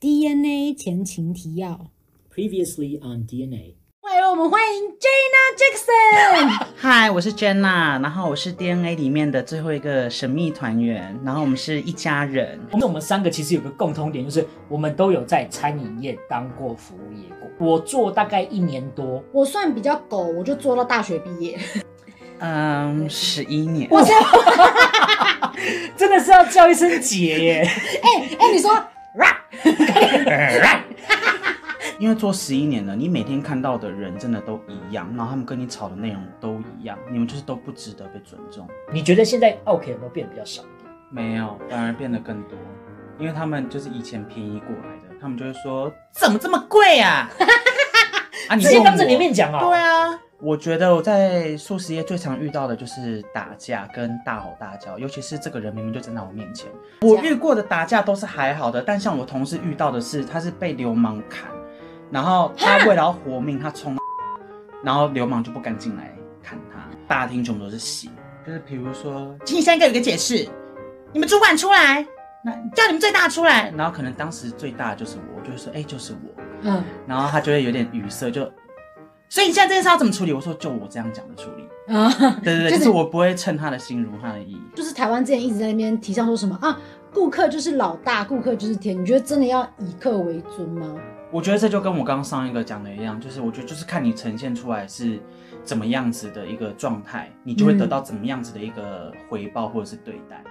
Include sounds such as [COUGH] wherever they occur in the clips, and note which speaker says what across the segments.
Speaker 1: DNA 前情提要。
Speaker 2: Previously on DNA，
Speaker 1: 为我们欢迎 Jenna Jackson。
Speaker 3: 嗨，我是 Jenna，然后我是 DNA 里面的最后一个神秘团员，然后我们是一家人。
Speaker 2: 我们我们三个其实有个共通点，就是我们都有在餐饮业当过服务业过。我做大概一年多，
Speaker 1: 我算比较狗，我就做到大学毕业。
Speaker 3: 嗯，十一
Speaker 1: [LAUGHS]
Speaker 3: 年，
Speaker 1: 我先，
Speaker 2: [LAUGHS] 真的是要叫一声姐耶！
Speaker 1: 哎哎，你说 rap
Speaker 3: 因为做十一年了，你每天看到的人真的都一样，然后他们跟你吵的内容都一样，你们就是都不值得被尊重。
Speaker 2: 你觉得现在 OK 有没有变得比较少？
Speaker 3: 没有，反而变得更多，因为他们就是以前便宜过来的，他们就会说怎么这么贵啊？ [LAUGHS] 啊，你
Speaker 2: 直接
Speaker 3: 问
Speaker 2: 当着
Speaker 3: 我
Speaker 2: 你面讲啊！
Speaker 3: 对啊，我觉得我在素食业最常遇到的就是打架跟大吼大叫，尤其是这个人明明就站在我面前，我遇过的打架都是还好的，但像我同事遇到的是，他是被流氓砍，然后他为了要活命，他冲， [LAUGHS] 然后流氓就不敢进来砍他，大厅全部都是血，就是比如说，请你现在给我一个解释，你们主管出来。那叫你们最大出来，然后可能当时最大的就是我，我就会说，哎、就是我，
Speaker 1: 嗯，
Speaker 3: 然后他就会有点语塞，就，所以你现在这件事要怎么处理？我说就我这样讲的处理，
Speaker 1: 啊、
Speaker 3: 对对对，
Speaker 1: [LAUGHS] 就是
Speaker 3: 就是我不会趁他的心如他的意。
Speaker 1: 就是台湾之前一直在那边提倡说什么啊，顾客就是老大，顾客就是天。你觉得真的要以客为尊吗？
Speaker 3: 我觉得这就跟我刚刚上一个讲的一样，就是我觉得就是看你呈现出来是怎么样子的一个状态，你就会得到怎么样子的一个回报或者是对
Speaker 1: [LAUGHS]
Speaker 3: 待。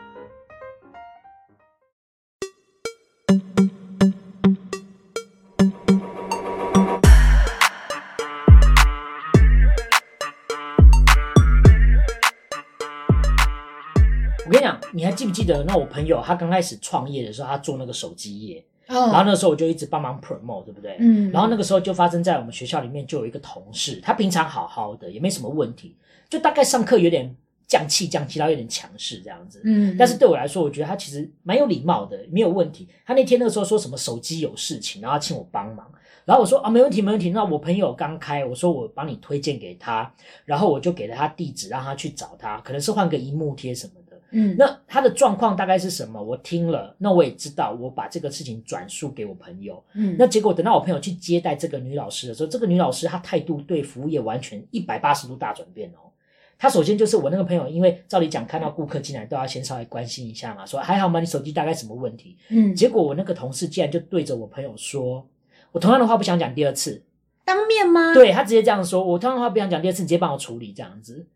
Speaker 2: 我跟你讲，你还记不记得？那我朋友他刚开始创业的时候，他做那个手机业，然后
Speaker 1: 嗯
Speaker 2: 那时候我就一直帮忙 promote，对不对？
Speaker 1: 嗯
Speaker 2: 然后那个时候就发生在我们学校里面，就有一个同事，他平常好好的，也没什么问题，就大概上课有点犟气，犟气到有点强势这样子。
Speaker 1: 嗯
Speaker 2: 但是对我来说，我觉得他其实蛮有礼貌的，没有问题。他那天那个时候说什么手机有事情，然后他请我帮忙，然后我说啊没问题没问题，那我朋友刚开，我说我帮你推荐给他，然后我就给了他地址，让他去找他，可能是换个荧幕贴什么的。
Speaker 1: 嗯
Speaker 2: 那他的状况大概是什么？我听了，那我也知道，我把这个事情转述给我朋友，
Speaker 1: 嗯
Speaker 2: 那结果等到我朋友去接待这个女老师的时候，这个女老师她态度对服务业完全一百八十度大转变哦。她首先就是我那个朋友，因为照理讲看到顾客进来都要先稍微关心一下嘛，说还好吗？你手机大概什么问题？
Speaker 1: 嗯，
Speaker 2: 结果我那个同事竟然就对着我朋友说，我同样的话不想讲第二次，
Speaker 1: 当面吗？，
Speaker 2: 对他直接这样说，我同样的话不想讲第二次，你直接帮我处理这样子，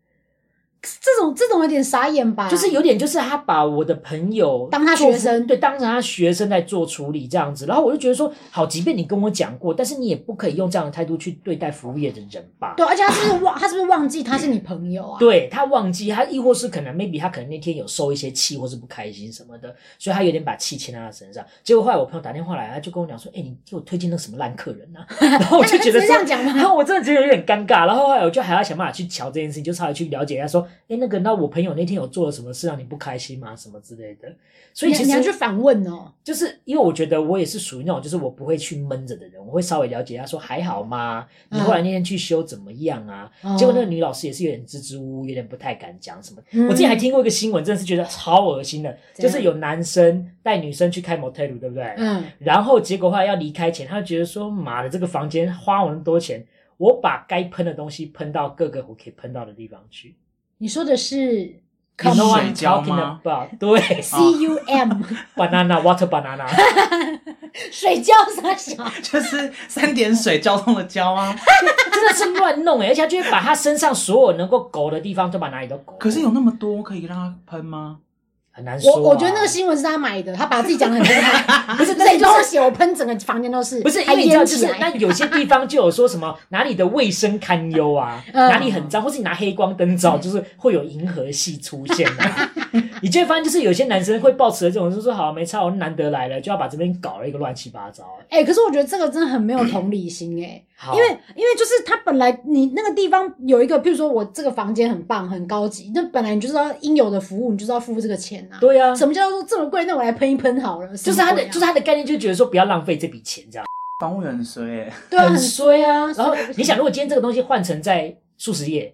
Speaker 1: 这种这种有点傻眼吧？
Speaker 2: 就是有点就是他把我的朋友
Speaker 1: 嗯当他
Speaker 2: 做
Speaker 1: 学生
Speaker 2: 对，当成他学生在做处理这样子。然后我就觉得说，好，即便你跟我讲过，但是你也不可以用这样的态度去对待服务业的人吧？
Speaker 1: 对，而啊且他是不是忘他是不是忘记他是你朋友啊？，
Speaker 2: 对他忘记，他亦或是可能 maybe 他可能那天有受一些气，或是不开心什么的，所以他有点把气牵在他身上。结果后来我朋友打电话来，他就跟我讲说：“哎、你给我推荐那个什么烂客人啊？”然后我就觉得
Speaker 1: 他直接
Speaker 2: 说
Speaker 1: 这样讲吗
Speaker 2: [LAUGHS] 然后我真的觉得有点尴尬。然后后来我就还要想办法去瞧这件事情，就稍微去了解一下，说：“哎、那个，那我朋友那天有做了什么事让你不开心吗？什么之类
Speaker 1: [LAUGHS]
Speaker 2: 的。”所以
Speaker 1: 你
Speaker 2: 其
Speaker 1: 你要去
Speaker 2: 实
Speaker 1: 反问哦。
Speaker 2: 就是因为我觉得我也是属于那种，就是我不会去闷着的人，我会稍微了解一下，说：“还好吗？
Speaker 1: 嗯
Speaker 2: 你后来那天去修怎么样啊？”
Speaker 1: 哦
Speaker 2: 结果那个女老师也是有点支支吾吾，有点不太敢讲什么。
Speaker 1: 嗯
Speaker 2: 我之前还听过一个新闻，真的是觉得超恶心的，
Speaker 1: 怎
Speaker 2: 就
Speaker 1: 样
Speaker 2: 是有男生带女生去开 motel，对不对？
Speaker 1: 嗯，
Speaker 2: 然后结果后来要离开前，他就觉得说：“妈的，这个房间花我那么多钱，我把该喷的东西喷到各个我可以喷到的地方去。
Speaker 1: 你说的是
Speaker 2: You know what I'm
Speaker 3: 水胶
Speaker 2: talking
Speaker 3: 吗哦
Speaker 2: about？对
Speaker 1: C U
Speaker 2: 哦
Speaker 1: [LAUGHS] M
Speaker 2: ，banana water banana。
Speaker 3: [LAUGHS]
Speaker 1: 水饺啥
Speaker 2: [LAUGHS]
Speaker 1: 小？
Speaker 3: 就是三点水交通的交啊，
Speaker 2: 真的是乱弄哎、而且他就会把他身上所有能够勾的地方都把哪里都勾。
Speaker 3: 可是有那么多可以让他喷吗？
Speaker 2: 很难说啊、
Speaker 1: 我我觉得那个新闻是他买的，他把自己讲的很厉
Speaker 2: [LAUGHS]
Speaker 1: 害，不是
Speaker 2: 那
Speaker 1: 这
Speaker 2: 你
Speaker 1: 就
Speaker 2: 就是
Speaker 1: 写我喷整个房间都是，
Speaker 2: 不是，因
Speaker 1: 还
Speaker 2: 为你知道，
Speaker 1: 淹
Speaker 2: 就
Speaker 1: 起
Speaker 2: 是那
Speaker 1: 来。
Speaker 2: 有些地方就有说什么
Speaker 1: [LAUGHS]
Speaker 2: 哪里的卫生堪忧啊，
Speaker 1: 嗯
Speaker 2: 哪里很脏，或是你拿黑光灯照，就是会有银河系出现
Speaker 1: [LAUGHS]
Speaker 2: 啊。你就会发现，就是有些男生会抱持着这种，就说好没差，我哦难得来了，就要把这边搞了一个乱七八糟。
Speaker 1: 哎、可是我觉得这个真的很没有同理心哎、
Speaker 2: 好，
Speaker 1: 因为因为就是他本来你那个地方有一个，譬如说我这个房间很棒很高级，那本来你就是要应有的服务，你就是要付这个钱啊。
Speaker 2: 对啊，
Speaker 1: 什么叫做这么贵？那我来喷一喷好了。
Speaker 2: 就是他的，就是他的概念，就觉得说不要浪费这笔钱这样。
Speaker 3: 房务员很衰、欸，
Speaker 1: 对啊，
Speaker 2: 很
Speaker 1: 很衰啊。
Speaker 2: 然后
Speaker 1: 衰得不行
Speaker 2: 你想，如果今天这个东西换成在素食业，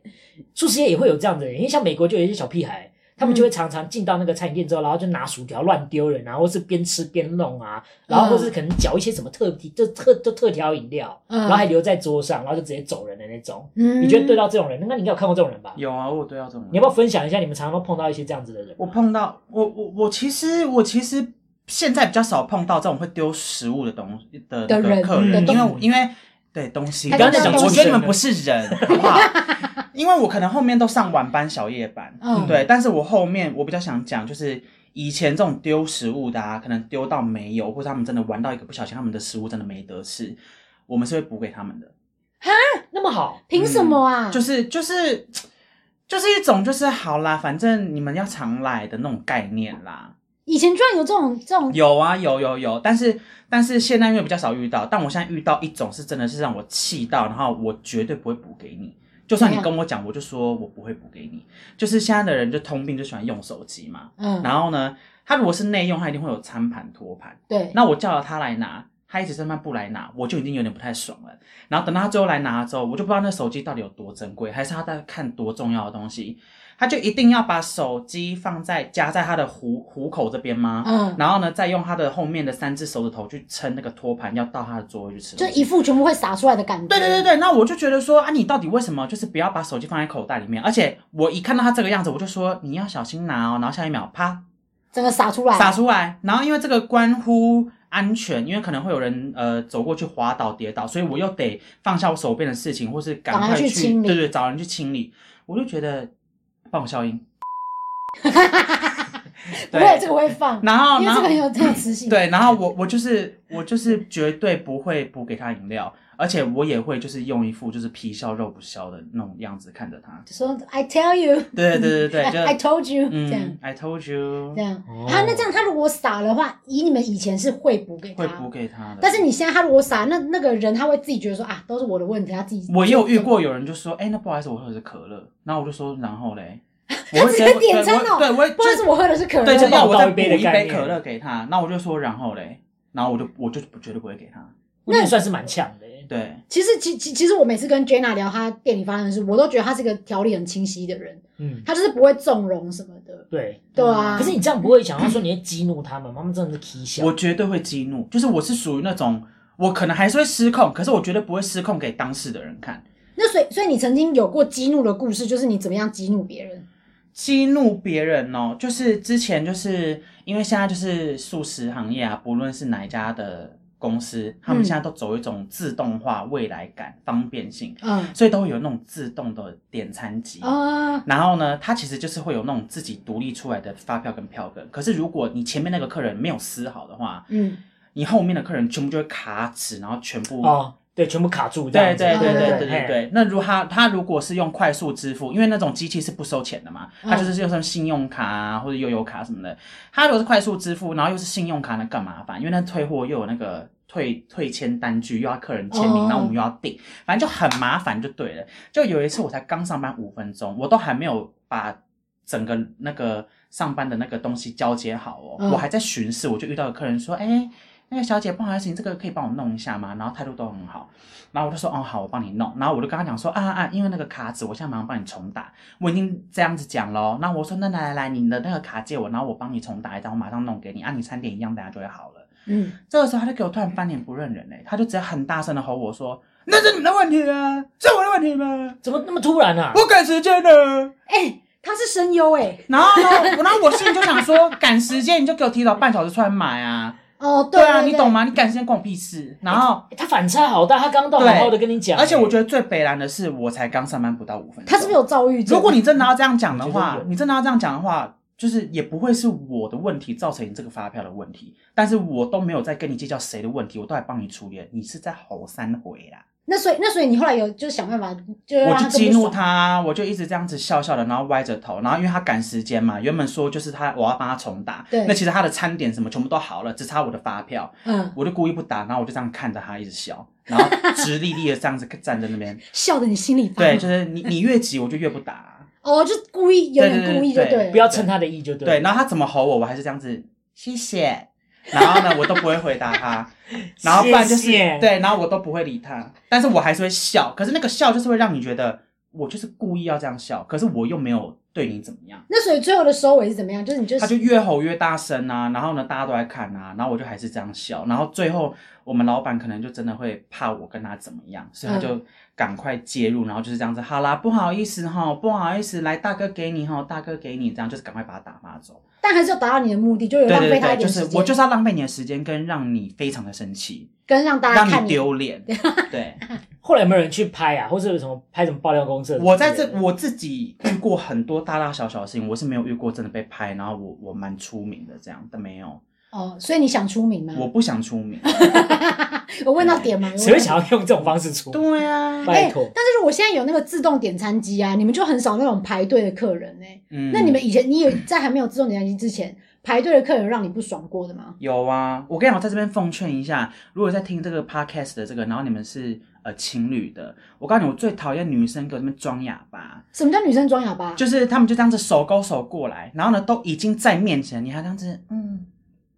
Speaker 2: 素食业也会有这样的人，因为像美国就有一些小屁孩，他
Speaker 1: 嗯
Speaker 2: 们就会常常进到那个餐饮店之后，然后就拿薯条乱丢人啊，然后是边吃边弄啊，然后或是可能搅一些什么特地就特就特调饮料，
Speaker 1: 嗯
Speaker 2: 然后还留在桌上，然后就直接走人的那种。
Speaker 1: 嗯
Speaker 2: 呃你觉得对啊到这种人，那你应该有看过这种人吧？
Speaker 3: 有啊，我有对到这种人。
Speaker 2: 你要不要分享一下你们常常都碰到一些这样子的人？啊
Speaker 3: 我碰到我我我其实我其实现在比较少碰到这种会丢食物的东的
Speaker 1: 的人
Speaker 3: 客
Speaker 2: 的
Speaker 3: 人，
Speaker 2: 东
Speaker 3: 因为我因为对东西，
Speaker 1: 他刚
Speaker 2: 刚在讲
Speaker 3: 我
Speaker 2: 出
Speaker 3: 觉得
Speaker 2: 神
Speaker 3: 你们
Speaker 2: 了
Speaker 3: 不是人，好不好？因为我可能后面都上晚班、小夜班，
Speaker 1: 嗯
Speaker 3: 对，但是我后面我比较想讲就是。以前这种丢食物的、啊，可能丢到没有，或者他们真的玩到一个不小心，他们的食物真的没得吃，我们是会补给他们的。
Speaker 2: 那么好，
Speaker 1: 凭什么
Speaker 2: 嗯
Speaker 1: 啊？
Speaker 3: 就是就是就是一种就是好啦，反正你们要常来的那种概念啦。
Speaker 1: 以前居然有这种这种
Speaker 3: 有啊，有有有，但是但是现在因为比较少遇到，但我现在遇到一种是真的是让我气到，然后我绝对不会补给你。就算你跟我讲，我就说我不会补给你。就是现在的人就通病，就喜欢用手机嘛。
Speaker 1: 嗯，
Speaker 3: 然后呢，他如果是内用，他一定会有餐盘、托盘。
Speaker 1: 对，
Speaker 3: 那我叫了他来拿，他一直在那不来拿，我就已经有点不太爽了。然后等到他最后来拿之后，我就不知道那手机到底有多珍贵，还是他在看多重要的东西，他就一定要把手机放在夹在他的虎虎口这边吗？
Speaker 1: 嗯，
Speaker 3: 然后呢，再用他的后面的三只手指头去撑那个托盘，要到他的座位去吃
Speaker 1: 就
Speaker 3: 东西。
Speaker 1: 一副全部会洒出来的感觉。
Speaker 3: 对对对对，那我就觉得说啊，你到底为什么就是不要把手机放在口袋里面？而且我一看到他这个样子，我就说你要小心拿哦。然后下一秒，啪，
Speaker 1: 整个洒出来，
Speaker 3: 洒出来。然后因为这个关乎安全，因为可能会有人呃走过去滑倒跌倒，所以我又得放下我手边的事情，或是赶
Speaker 1: 赶
Speaker 3: 快
Speaker 1: 快去清理
Speaker 3: 对对，找人去清理。我就觉得帮我
Speaker 1: [LAUGHS]
Speaker 3: 消音，
Speaker 1: 不会
Speaker 3: 对
Speaker 1: 这个会放，
Speaker 3: 然后
Speaker 1: 因为
Speaker 3: 然
Speaker 1: 这
Speaker 3: 后
Speaker 1: 个很有特磁性。
Speaker 3: 对，然后我我就是我就是绝对不会补给他饮料，而且我也会就是用一副就是皮笑肉不笑的那种样子看着他。
Speaker 1: 就说 I tell you，
Speaker 3: [LAUGHS] 对
Speaker 1: [LAUGHS]
Speaker 3: 对对对对，就
Speaker 1: I told you，这样
Speaker 3: 嗯，I told
Speaker 1: 这
Speaker 3: you，
Speaker 1: 样
Speaker 2: 哦
Speaker 1: 啊，那这样他如果洒的话，以你们以前是会补给
Speaker 3: 会
Speaker 1: 他
Speaker 3: 补，给他的。
Speaker 1: 但是你现在他如果洒，那那个人他会自己觉得说啊，都是我的问题，他自己
Speaker 3: 我也有遇过有人就说，哎、那不好意思，我喝的是可乐。然后我就说，然后
Speaker 1: [LAUGHS]
Speaker 3: 嘞，我会
Speaker 1: 直
Speaker 3: 直
Speaker 1: 接
Speaker 3: 接
Speaker 1: 点餐哦
Speaker 3: 对，我会
Speaker 1: 不好意思，
Speaker 3: 就
Speaker 1: 我喝的是可乐，
Speaker 3: 对，就要我再
Speaker 2: 倒一
Speaker 3: 补
Speaker 2: 杯的
Speaker 3: 一
Speaker 2: 概
Speaker 3: 杯
Speaker 2: 念
Speaker 3: 可乐给他。那我就说，然后嘞，然后我就我就绝对不会给他。
Speaker 2: 那也算是蛮强的欸。
Speaker 3: 对，
Speaker 1: 其实，其其其实我每次跟 Jenna 聊她店里发生的事，我都觉得她是一个条理很清晰的人，
Speaker 2: 嗯，
Speaker 1: 她就是不会纵容什么的。
Speaker 2: 对。
Speaker 1: 对啊，
Speaker 3: 嗯
Speaker 2: 可是你这样不会想要说你会激怒他们吗，他们真的是 k 笑。
Speaker 3: 我绝对会激怒，就是我是属于那种。我可能还是会失控，可是我绝对不会失控给当事的人看。
Speaker 1: 那所以所以你曾经有过激怒的故事，就是你怎么样激怒别人？
Speaker 3: 激怒别人哦，就是之前就是因为现在就是素食行业啊，不论是哪一家的公司，他们
Speaker 1: 嗯
Speaker 3: 现在都走一种自动化、未来感、方便性。
Speaker 1: 嗯
Speaker 3: 所以都会有那种自动的点餐机。
Speaker 1: 啊，
Speaker 3: 然后呢，它其实就是会有那种自己独立出来的发票跟票根。可是如果你前面那个客人没有撕好的话，
Speaker 1: 嗯，
Speaker 3: 你后面的客人全部就会卡纸，然后全部。
Speaker 2: 哦，对，全部卡住这
Speaker 3: 对
Speaker 2: 样子。
Speaker 3: 对对对
Speaker 1: 嗯
Speaker 3: 对对
Speaker 2: 嘿。
Speaker 3: 对，那如他他如果是用快速支付，因为那种机器是不收钱的嘛，
Speaker 1: 嗯
Speaker 3: 他就是用什么信用卡啊或者悠游卡什么的。他如果是快速支付，然后又是信用卡，那更麻烦，因为那退货又有那个退退签单据，又要客人签
Speaker 1: 哦
Speaker 3: 名，那、我们又要订，反正就很麻烦就对了。就有一次我才刚上班五分钟，我都还没有把整个那个上班的那个东西交接好哦，
Speaker 1: 嗯
Speaker 3: 我还在巡视，我就遇到有客人说，哎、那个小姐，不好意思，你这个可以帮我弄一下吗？然后态度都很好，然后我就说，哦，好，我帮你弄。然后我就跟他讲说，啊啊，因为那个卡纸，我现在马上帮你重打。我已经这样子讲喽。那我说，那来来来，你的那个卡借我，然后我帮你重打一张，我马上弄给你。啊，你餐点一样，等下就会好了。
Speaker 1: 嗯，
Speaker 3: 这个时候他就给我突然翻脸不认人嘞、他就直接很大声的吼我说，那是你们的问题啊，是我的问题吗？
Speaker 2: 怎么那么突然啊？
Speaker 3: 我赶时间了。
Speaker 1: 哎、他是声优哎，
Speaker 3: 然后呢，
Speaker 1: [LAUGHS]
Speaker 3: 我然后我心里就想说，赶时间你就给我提早半小时出来买啊。
Speaker 1: 哦，
Speaker 3: 对
Speaker 1: 对
Speaker 3: 啊，你懂？吗？你赶时间关我屁事。然后。
Speaker 2: 欸他反差好大，他刚刚都好好的跟你讲欸，
Speaker 3: 而且我觉得最北蓝的是，我才刚上班不到五分钟。
Speaker 1: 他是不是有躁郁症？
Speaker 3: [LAUGHS] 如果你真的要这样讲的
Speaker 2: 我觉
Speaker 3: 话
Speaker 2: 得有，
Speaker 3: 你真的要这样讲的话，就是也不会是我的问题造成你这个发票的问题，但是我都没有在跟你计较谁的问题，我都来帮你处理了，你是在吼三回啦。
Speaker 1: 那所以那所以你后来有就是想办法，就让
Speaker 3: 我
Speaker 1: 他
Speaker 3: 就
Speaker 1: 更啊不
Speaker 3: 激怒
Speaker 1: 爽，
Speaker 3: 他，我就一直这样子笑笑的，然后歪着头，然后因为他赶时间嘛，原本说就是他我要帮他重打，
Speaker 1: 对
Speaker 3: 那其实他的餐点什么全部都好了，只差我的发票，
Speaker 1: 嗯，
Speaker 3: 我就故意不打，然后我就这样看着他一直笑，然后直立立的这样子站在那边，
Speaker 1: 笑得你心里发
Speaker 3: 对，
Speaker 1: 麻
Speaker 3: 就是你你越急我就越不打、
Speaker 1: 哦，就故意有点
Speaker 3: 对对对
Speaker 1: 故意就
Speaker 3: 对
Speaker 1: 对了
Speaker 2: 不要趁他的意就对。
Speaker 3: 对，，然后他怎么吼我，我还是这样子，谢谢。然后呢，我都不会回答他，然后不然就是
Speaker 2: 谢谢
Speaker 3: 对，然后我都不会理他，但是我还是会笑，可是那个笑就是会让你觉得我就是故意要这样笑，可是我又没有对你怎么样。
Speaker 1: 那所以最后的收尾是怎么样？就是你就
Speaker 3: 他就是越吼越大声啊，然后呢，大家都在看啊，然后我就还是这样笑，然后最后我们老板可能就真的会怕我跟他怎么样，所以他
Speaker 1: 嗯
Speaker 3: 就赶快介入，然后就是这样子，好啦，不好意思哈，不好意思，来大哥给你哈，大哥给你，这样就是赶快把他打发走。
Speaker 1: 但还是要达到你的目的，就有
Speaker 3: 对
Speaker 1: 浪
Speaker 3: 对
Speaker 1: 费他
Speaker 3: 对，
Speaker 1: 一
Speaker 3: 就
Speaker 1: 点时
Speaker 3: 是
Speaker 1: 间，
Speaker 3: 我就是要浪费你的时间，跟让你非常的生气，
Speaker 1: 跟让大家
Speaker 3: 让
Speaker 1: 看
Speaker 3: 你
Speaker 1: 你。[LAUGHS]
Speaker 3: 丢脸。对，
Speaker 2: 后来有没有人去拍啊，或者有什么拍什么爆料公社？
Speaker 3: 我在这我自己遇过很多大大小小的事情，我是没有遇过真的被拍，然后我我蛮出名的这样，但没有，
Speaker 1: 哦，所以你想出名吗？
Speaker 3: 我不想出
Speaker 1: [LAUGHS]
Speaker 3: 名。
Speaker 1: 我问到点吗？
Speaker 2: 谁会想要用这种方式出？
Speaker 3: 对啊，
Speaker 1: 哎、
Speaker 2: 拜托，
Speaker 1: 但是我现在有那个自动点餐机啊，你们就很少那种排队的客人哎、
Speaker 3: 嗯
Speaker 1: 那你们以前你有在还没有自动点餐机之前，排队的客人有让你不爽过的吗？
Speaker 3: 有啊，我跟你讲，我在这边奉劝一下，如果在听这个 podcast 的这个，然后你们是呃情侣的，我告诉你，我最讨厌女生给我这边装哑巴，
Speaker 1: 什么叫女生装哑巴？
Speaker 3: 就是他们就这样子手勾手过来，然后呢都已经在面前，你还这样子，嗯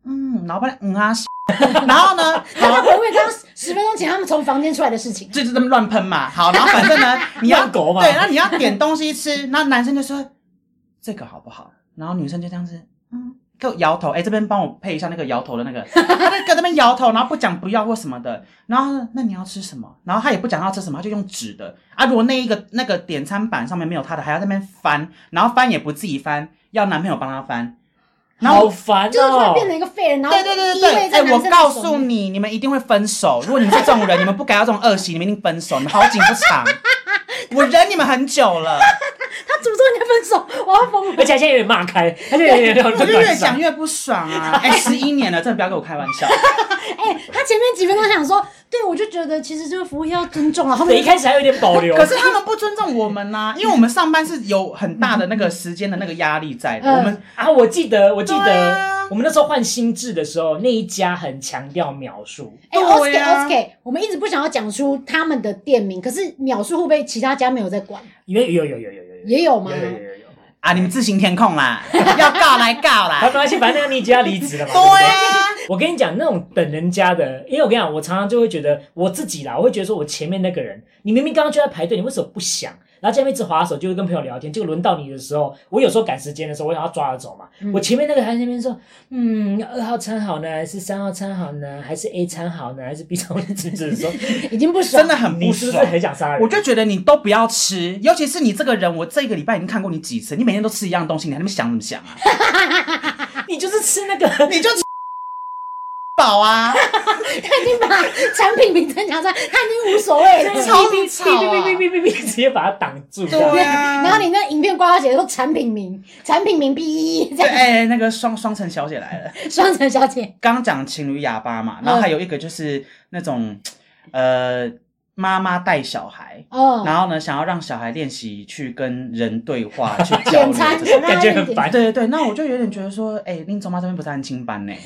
Speaker 3: 嗯，老板嗯啊， [LAUGHS] 然后呢，
Speaker 1: 他在
Speaker 3: 好，
Speaker 1: 回味刚刚十分钟前他们从房间出来的事
Speaker 3: [LAUGHS]
Speaker 1: 情。
Speaker 3: 就就这么乱喷嘛，好，然后反正呢，你要
Speaker 2: 乱狗嘛
Speaker 3: 对，那你要点东西吃， [LAUGHS] 那男生就说这个好不好？然后女生就这样子，嗯，给我摇头，哎、这边帮我配一下那个摇头的那个，他在跟那边摇头，然后不讲不要或什么的，然后呢那你要吃什么？然后他也不讲要吃什么，他就用纸的啊，如果那一个那个点餐板上面没有他的，还要在那边翻，然后翻也不自己翻，要男朋友帮他翻，然后
Speaker 2: 好
Speaker 3: 我。
Speaker 2: 烦
Speaker 1: 就是突然
Speaker 2: 哦！
Speaker 1: 变成一个废人，然后
Speaker 3: 对对对对
Speaker 1: 依
Speaker 3: 对，
Speaker 1: 偎在
Speaker 3: 哎、
Speaker 1: 男
Speaker 3: 我
Speaker 1: 生的
Speaker 3: 告
Speaker 1: 手
Speaker 3: 诉
Speaker 1: 里，
Speaker 3: 你，你们一定会分手。如果你们是这种人，你们不改掉这种恶习，你们一定分手。你们好景不
Speaker 1: [LAUGHS]
Speaker 3: 长，我忍你们很久了。
Speaker 1: 他诅咒你分手，我要疯了
Speaker 2: 而。且他现在有点骂开，他现在有点 [LAUGHS] 要
Speaker 3: 我就越
Speaker 2: 乱
Speaker 3: 讲
Speaker 2: 讲。
Speaker 3: 越不爽啊！哎、1十一年了，真的不要跟我开玩笑。
Speaker 1: 哎、他前面几分钟想说，对我就觉得其实这个服务业要尊重啊，后
Speaker 2: 对，
Speaker 1: 面
Speaker 2: 一开始还有点保留，
Speaker 3: 可是他们不尊重我们呐、因为我们上班是有很大的那个时间的那个压力在的。
Speaker 1: 嗯
Speaker 3: 我们
Speaker 2: 啊，我记得，我记
Speaker 3: 对
Speaker 2: 得、
Speaker 3: 啊
Speaker 2: 我们那时候换新制的时候，那一家很强调描述，
Speaker 1: 哎
Speaker 3: 对
Speaker 1: ，Oscar
Speaker 3: 呀
Speaker 1: Oscar，我们一直不想要讲出他们的店名，可是秒数会不会其他家没有在管？
Speaker 2: 因为有有有有有有
Speaker 1: 也有吗
Speaker 2: 有有有有有。
Speaker 3: 啊，你们自行填空啦， [LAUGHS] 要告来告
Speaker 2: [LAUGHS] 好，没
Speaker 3: 啦。
Speaker 2: 关系，反正那个你已经要离职了嘛。
Speaker 3: 对
Speaker 2: 对不对
Speaker 3: 啊，
Speaker 2: 我跟你讲，那种等人家的，因为我跟你讲，我常常就会觉得我自己啦，我会觉得说我前面那个人，你明明刚刚就在排队，你为什么不想？然后这边一直划手，就会跟朋友聊天。结果轮到你的时候，我有时候赶时间的时候，我想要抓着走嘛。我前面那个还在那边说，嗯，二号餐好呢，还是三号餐好呢，还是 A 餐好呢，还是 B 餐好呢？只是说，
Speaker 1: 已经不爽
Speaker 3: 真的。很
Speaker 2: 你
Speaker 3: 不
Speaker 2: 是不
Speaker 3: 爽
Speaker 2: 是。很想杀人？
Speaker 3: 我就觉得你都不要吃，尤其是你这个人，我这个礼拜已经看过你几次，你每天都吃一样东西，你还在那边想怎么
Speaker 2: [LAUGHS]
Speaker 3: 想啊？
Speaker 2: 你就是吃那个，
Speaker 3: 你就吃饱
Speaker 2: [LAUGHS]
Speaker 3: 啊，
Speaker 1: 他已经把产品名称讲出来，他已经无所谓了。
Speaker 3: 超级
Speaker 2: 哔
Speaker 3: 吵
Speaker 2: 哔
Speaker 3: 啊！
Speaker 2: 哔哔哔哔，直接把它挡住。这样
Speaker 3: 对
Speaker 1: [LAUGHS]
Speaker 3: 啊，
Speaker 1: 然后你那影片挂号写说产品名，产品名 B E 这
Speaker 3: 对，
Speaker 1: 样，
Speaker 3: 哎、那个双双层小姐来了。
Speaker 1: 双城小姐，
Speaker 3: 刚讲情侣哑巴嘛，然后还有一个就是那种，呃，妈妈带小孩，
Speaker 1: 哦，
Speaker 3: 然后呢，想要让小孩练习去跟人对话，去交
Speaker 1: 点
Speaker 3: 流
Speaker 1: 餐
Speaker 3: 这 [LAUGHS] 些。
Speaker 2: 感觉很烦
Speaker 3: 对对对，那我就有点觉得说，哎、令周妈这边不是安亲班呢、 [LAUGHS]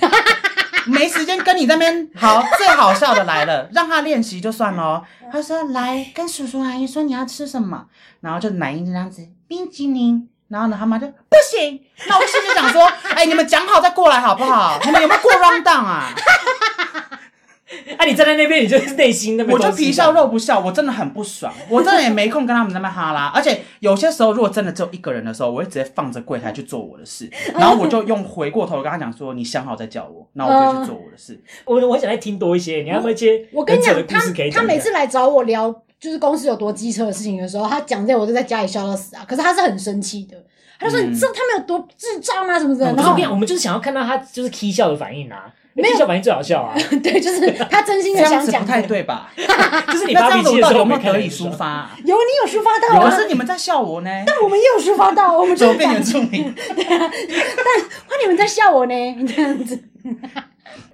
Speaker 3: 没时间跟你那边好，最好笑的来了，让他练习就算咯。他说来跟叔叔阿姨说你要吃什么，然后就奶音这样子冰激凌，然后呢他妈就不行，那我心里想说，哎、你们讲好再过来好不好？你们有没有过 round down 啊？
Speaker 2: 啊，你站在那边，你就是内心那边
Speaker 3: [LAUGHS] 我就
Speaker 2: 都是
Speaker 3: 皮笑肉不笑，我真的很不爽，我真的也没空跟他们在那边哈拉。而且有些时候，如果真的只有一个人的时候，我会直接放着柜台去做我
Speaker 2: [LAUGHS]
Speaker 3: 的事，然后我就用回过头跟他讲说：“你想好再叫我。”那我就
Speaker 2: 嗯
Speaker 3: 去做我的事。
Speaker 2: 我我想再听多一些，你要不要接？
Speaker 1: 我跟你讲，
Speaker 2: 的故
Speaker 1: 他
Speaker 2: 事可以讲
Speaker 1: 他每
Speaker 2: 一下
Speaker 1: 次来找我聊就是公司有多机车的事情的时候，他讲这我都在家里笑到死啊。可是他是很生气的，他就说：“
Speaker 3: 嗯哦
Speaker 1: 你知道他们有多智障啊吗？什么什么的。”然
Speaker 2: 我跟
Speaker 1: 后
Speaker 2: 你讲，我们就是想要看到他就是 k 笑的反应啊，没有笑反应最好笑啊，
Speaker 1: [LAUGHS] 对，就是他真心的
Speaker 3: 这样
Speaker 1: 想
Speaker 3: 子
Speaker 1: 讲
Speaker 3: 不太对
Speaker 2: [LAUGHS]
Speaker 3: 吧？
Speaker 2: 就是你
Speaker 3: [LAUGHS] 那
Speaker 2: 发
Speaker 3: 这
Speaker 2: 脾
Speaker 3: 样子
Speaker 2: 气
Speaker 3: 我
Speaker 2: 的
Speaker 3: 到
Speaker 2: 时
Speaker 3: 底
Speaker 2: 候
Speaker 3: 有
Speaker 2: 没
Speaker 3: 没有
Speaker 2: 看
Speaker 3: 得
Speaker 2: 到
Speaker 3: 以
Speaker 2: 你
Speaker 3: 抒
Speaker 2: 爽
Speaker 3: 发、
Speaker 2: [LAUGHS]
Speaker 3: 啊？
Speaker 1: 有你有抒发到
Speaker 3: 有
Speaker 1: 啊
Speaker 3: 的，是你们在笑我呢，
Speaker 1: 我们也有抒发到，我们
Speaker 3: 怎
Speaker 1: 就是
Speaker 3: 么
Speaker 1: 讲
Speaker 3: 变原，住民？
Speaker 1: [LAUGHS] 哇，你们在笑我呢， [LAUGHS] 这样子，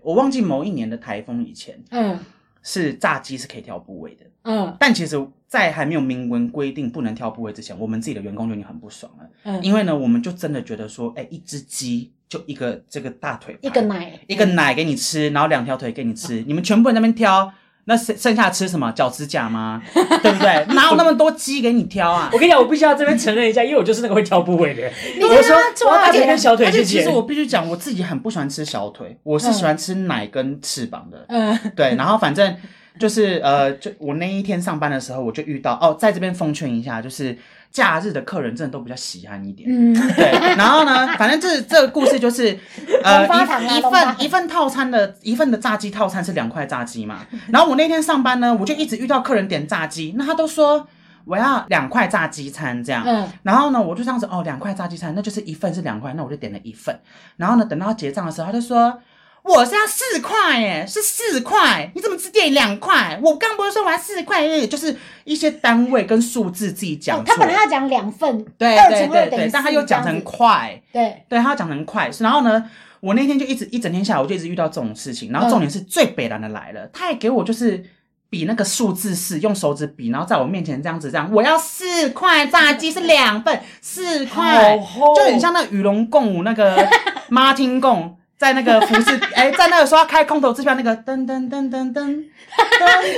Speaker 3: 我忘记某一年的台风以前
Speaker 1: 嗯
Speaker 3: 是炸鸡是可以挑部位的，
Speaker 1: 嗯
Speaker 3: 但其实，在还没有明文规定不能挑部位之前，我们自己的员工就已经很不爽了。
Speaker 1: 嗯，
Speaker 3: 因为呢，我们就真的觉得说，哎、一只鸡就一个这个大腿，
Speaker 1: 一个。
Speaker 3: [LAUGHS]
Speaker 1: 奶，
Speaker 3: 一个奶嗯给你吃，然后两条腿给你吃，你们全部人在那边挑，那剩剩下吃什么？脚趾甲 [LAUGHS] 吗？对不对？哪有那么多鸡给你挑啊
Speaker 2: 我？跟你讲，我必须要这边承认一下，因为我就是那个会挑部位的人。
Speaker 1: 跟
Speaker 2: 我说
Speaker 1: 他做
Speaker 2: 我要
Speaker 1: 啊
Speaker 2: 大腿
Speaker 1: 姐
Speaker 2: 跟小腿
Speaker 3: 而且
Speaker 2: 之
Speaker 3: 其
Speaker 2: 间
Speaker 3: 实，我必须讲，我自己很不喜欢吃小腿，我是喜欢吃奶跟翅膀的。
Speaker 1: 嗯，
Speaker 3: 对，然后反正呃就是呃，就我那一天上班的时候，我就遇到哦，在这边奉劝一下，就是假日的客人真的都比较喜憨一点。
Speaker 1: 嗯，
Speaker 3: [LAUGHS] 对，然后呢，反正这这个故事就是，呃，
Speaker 1: 龙发堂啊
Speaker 3: 一一
Speaker 1: 龙发堂
Speaker 3: 份一份套餐的一份的炸鸡套餐是两块炸鸡嘛，然后我那天上班呢，我就一直遇到客人点炸鸡，那他都说我要两块炸鸡餐这样，
Speaker 1: 嗯
Speaker 3: 然后呢，我就这样子哦，两块炸鸡餐，那就是一份是两块，那我就点了一份，然后呢，等到结账的时候，他就说。我是要四块耶，是四块，你怎么只点两块？我刚不是说我要四块耶，就是一些单位跟数字自己讲
Speaker 1: 哦
Speaker 3: 错、
Speaker 1: 他本来要讲两份，
Speaker 3: 对
Speaker 1: 二
Speaker 3: 对
Speaker 1: 乘二
Speaker 3: 对
Speaker 1: 等于
Speaker 3: 对，
Speaker 1: 四
Speaker 3: 但他又讲
Speaker 1: 这样
Speaker 3: 成
Speaker 1: 子
Speaker 3: 快，
Speaker 1: 对， [LAUGHS]
Speaker 3: 对他要讲成快。然后呢，我那天就一直一整天下来，我就一直遇到这种事情。然后重点是最北南的来了，他还给我就是比那个数字四，用手指比，然后在我面前这样子这样，我要四块炸鸡是两份，四块
Speaker 2: 好，厚，
Speaker 3: 就很像那与龙共舞那个马丁共。在那个服饰，哎、在那个说要开空头支票那个噔噔噔噔噔噔，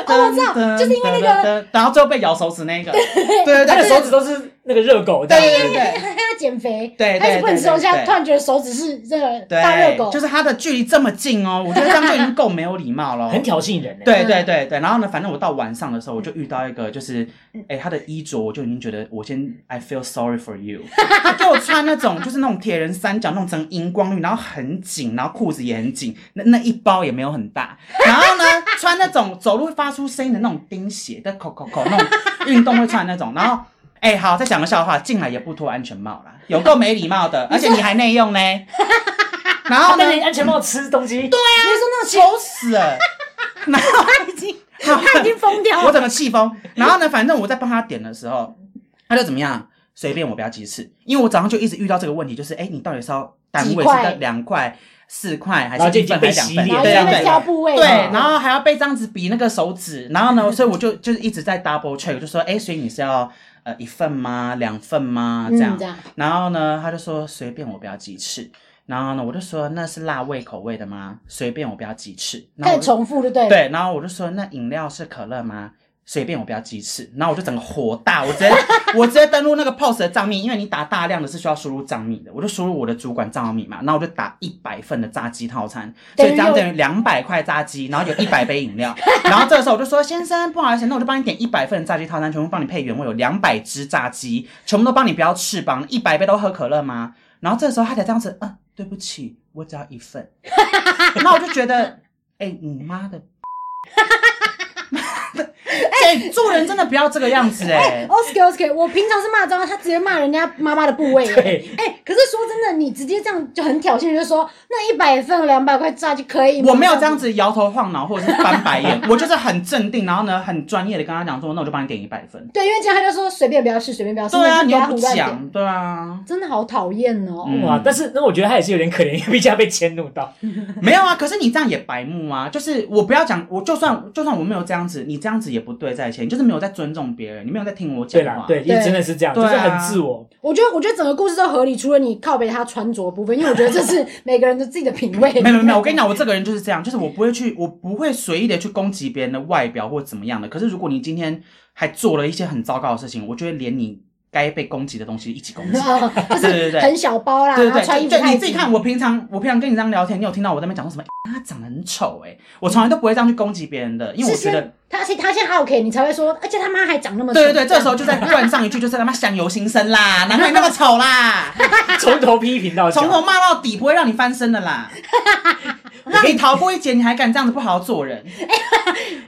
Speaker 1: 哦我知道就是因为那
Speaker 3: 个，然后最后被咬手指那个，对对对，
Speaker 2: 他的
Speaker 3: 就是
Speaker 2: 手指都是那个热狗这
Speaker 3: 对
Speaker 2: 样
Speaker 3: 对对
Speaker 2: 子。
Speaker 3: 对，
Speaker 1: 他要减肥，
Speaker 3: 对对
Speaker 1: 他一直不能吃东西，
Speaker 3: 对对
Speaker 1: 他
Speaker 3: 对
Speaker 1: 突然觉得手指是这个
Speaker 3: 对，
Speaker 1: 大热狗，
Speaker 3: 就是是它的距离这么近哦，我觉得这样就已经够没有礼貌
Speaker 2: [LAUGHS]
Speaker 3: 了。
Speaker 2: 很挑衅人呢、欸
Speaker 3: 对
Speaker 1: 嗯
Speaker 3: 对对对，然后呢，反正我到晚上的时候，我就遇到一个，就是，
Speaker 1: 嗯
Speaker 3: 哎、他的衣着我就已经觉得，我先 I feel sorry for you，他 [LAUGHS] 给我穿那种就是那种铁人三角，弄成荧光绿，然后很紧，然后裤子也很紧，那那一包也没有很大，然后呢，穿那种走路会发出声音的那种钉鞋，在扣扣扣那种运动会穿那种，然后。哎、好，再讲个笑话，进来也不脱安全帽啦，有够没礼貌的，而且你还内
Speaker 1: [LAUGHS]
Speaker 3: 用呢。然
Speaker 2: 他
Speaker 3: 后呢
Speaker 2: 戴，着安全帽吃东西，
Speaker 1: 比
Speaker 2: 对，
Speaker 1: 如说那种
Speaker 3: 愁死
Speaker 1: [LAUGHS]
Speaker 3: 了，然后
Speaker 1: 他已经他已经疯
Speaker 2: 啊
Speaker 1: 掉
Speaker 3: 我
Speaker 1: 了，
Speaker 3: 整个气疯。然后呢，反正我在帮他点的时候，他就怎么样，随便我不要鸡翅，因为我早上就一直遇到这个问题，就是哎、诶你到底是要单
Speaker 1: 几
Speaker 3: 位
Speaker 1: 块
Speaker 3: 是要两块、四块，还
Speaker 2: 然后
Speaker 3: 是
Speaker 2: 就
Speaker 3: 一
Speaker 2: 已经
Speaker 3: 份还是
Speaker 2: 被洗
Speaker 3: 两份？
Speaker 2: 脸
Speaker 1: 然后就在
Speaker 3: 对对
Speaker 1: 那边
Speaker 3: 对。
Speaker 1: 挑部位，
Speaker 3: 对，
Speaker 2: 嗯
Speaker 3: 然后还要被这样子比那个手指，然后呢，所以我就就是一直在 double check，就说，哎、所以你是要呃一份吗？两份吗？这样，
Speaker 1: 嗯这样，
Speaker 3: 然后呢，他就说随便我不要鸡翅。然后呢，我就说那是辣味口味的吗？随便我不要鸡翅。然
Speaker 1: 开
Speaker 3: 后
Speaker 1: 始
Speaker 3: 我就
Speaker 1: 重复就对了，
Speaker 3: 对，然后我就说那饮料是可乐吗？随便我不要鸡翅。然后我就整个火大，我直接 [LAUGHS] 我直接登录那个 POS 的账密，因为你打大量的是需要输入账密的，我就输入我的主管账密码，然后我就打一百份的炸鸡套餐，所以这样
Speaker 1: 等于
Speaker 3: 等于两百块炸鸡，然后有一百杯饮
Speaker 1: [LAUGHS]
Speaker 3: 料。然后这个时候我就说先生不好意思，那我就帮你点一百份的炸鸡套餐，全部帮你配原味，有两百只炸鸡，全部都帮你不要翅膀，一百杯都喝可乐吗？然后这个时候他才这样子，嗯，对不起，我只要一份。那我就觉得，哎、你妈的！哎、做人真的不要这个样子哎、
Speaker 1: ，Oscar Oscar，我平常是骂脏话，他直接骂人家妈妈的部位，哎，
Speaker 2: 对，
Speaker 1: 可是说真的，你直接这样就很挑衅，就说那一百份两百块炸鸡可以吗，
Speaker 3: 我没有这样子摇头晃脑或者是翻白眼，我就是很镇定，然后呢很专业的跟他讲说，那我就帮你点一百分。
Speaker 1: 对，因为这样他就说随便不要吃，随便不要吃，
Speaker 3: 对啊，
Speaker 1: 就
Speaker 3: 你
Speaker 1: 给
Speaker 3: 又
Speaker 1: 他
Speaker 3: 不
Speaker 1: 胡乱点，
Speaker 3: 讲，对啊，
Speaker 1: 真的好讨厌哦。
Speaker 3: 嗯
Speaker 2: 哇！但是那我觉得他也是有点可怜，因为毕竟他被迁怒到。
Speaker 3: 没有啊。可是你这样也白目啊，就是我不要讲，我就算就算我没有这样子，你这样子也不对在前，你就是没有在尊重别人，你没有在听我
Speaker 2: 对
Speaker 3: 讲
Speaker 2: 啦
Speaker 3: 话，。
Speaker 2: 对，
Speaker 1: 对
Speaker 2: 也真的是这样，
Speaker 3: 对
Speaker 2: 就
Speaker 3: 啊
Speaker 2: 是很自我。
Speaker 1: 我觉得，我觉得整个故事都合理，除了你靠北他穿着的部分，因为我觉得这
Speaker 3: [LAUGHS]
Speaker 1: 是每个人的自己的品味。
Speaker 3: 没有没有没有，我跟你讲，我这个人就是这样，就是我不会去，我不会随意的去攻击别人的外表或怎么样的。可是如果你今天还做了一些很糟糕的事情，我就会连你该被攻击的东西一起攻
Speaker 1: [LAUGHS]
Speaker 3: 击。
Speaker 1: 啊，就
Speaker 3: 对对
Speaker 1: 是
Speaker 3: 对
Speaker 1: 很小包啦，
Speaker 3: 对
Speaker 1: 然后
Speaker 3: 对
Speaker 1: 穿衣
Speaker 3: 对，
Speaker 1: 服
Speaker 3: 就
Speaker 1: 太
Speaker 3: 你自己
Speaker 1: 紧
Speaker 3: 看，我平常我平常跟你这样聊天，你有听到我在那边讲说什么？欸他长得很丑哎、欸我从来都不会这样去攻击别人的，因为我
Speaker 1: 是
Speaker 3: 觉得，
Speaker 1: 他现他现在还 OK，你才会说，而且他妈还长那么
Speaker 3: 对对
Speaker 1: 丑
Speaker 3: 对，这时候就再灌上一句，就是他妈相由心生啦，难怪你那么丑啦，
Speaker 2: 从头批评到脚
Speaker 3: 从头骂到底，不会让你翻身的
Speaker 1: [LAUGHS]
Speaker 3: 啦。让你逃过一劫，你还敢这样子不好好做人？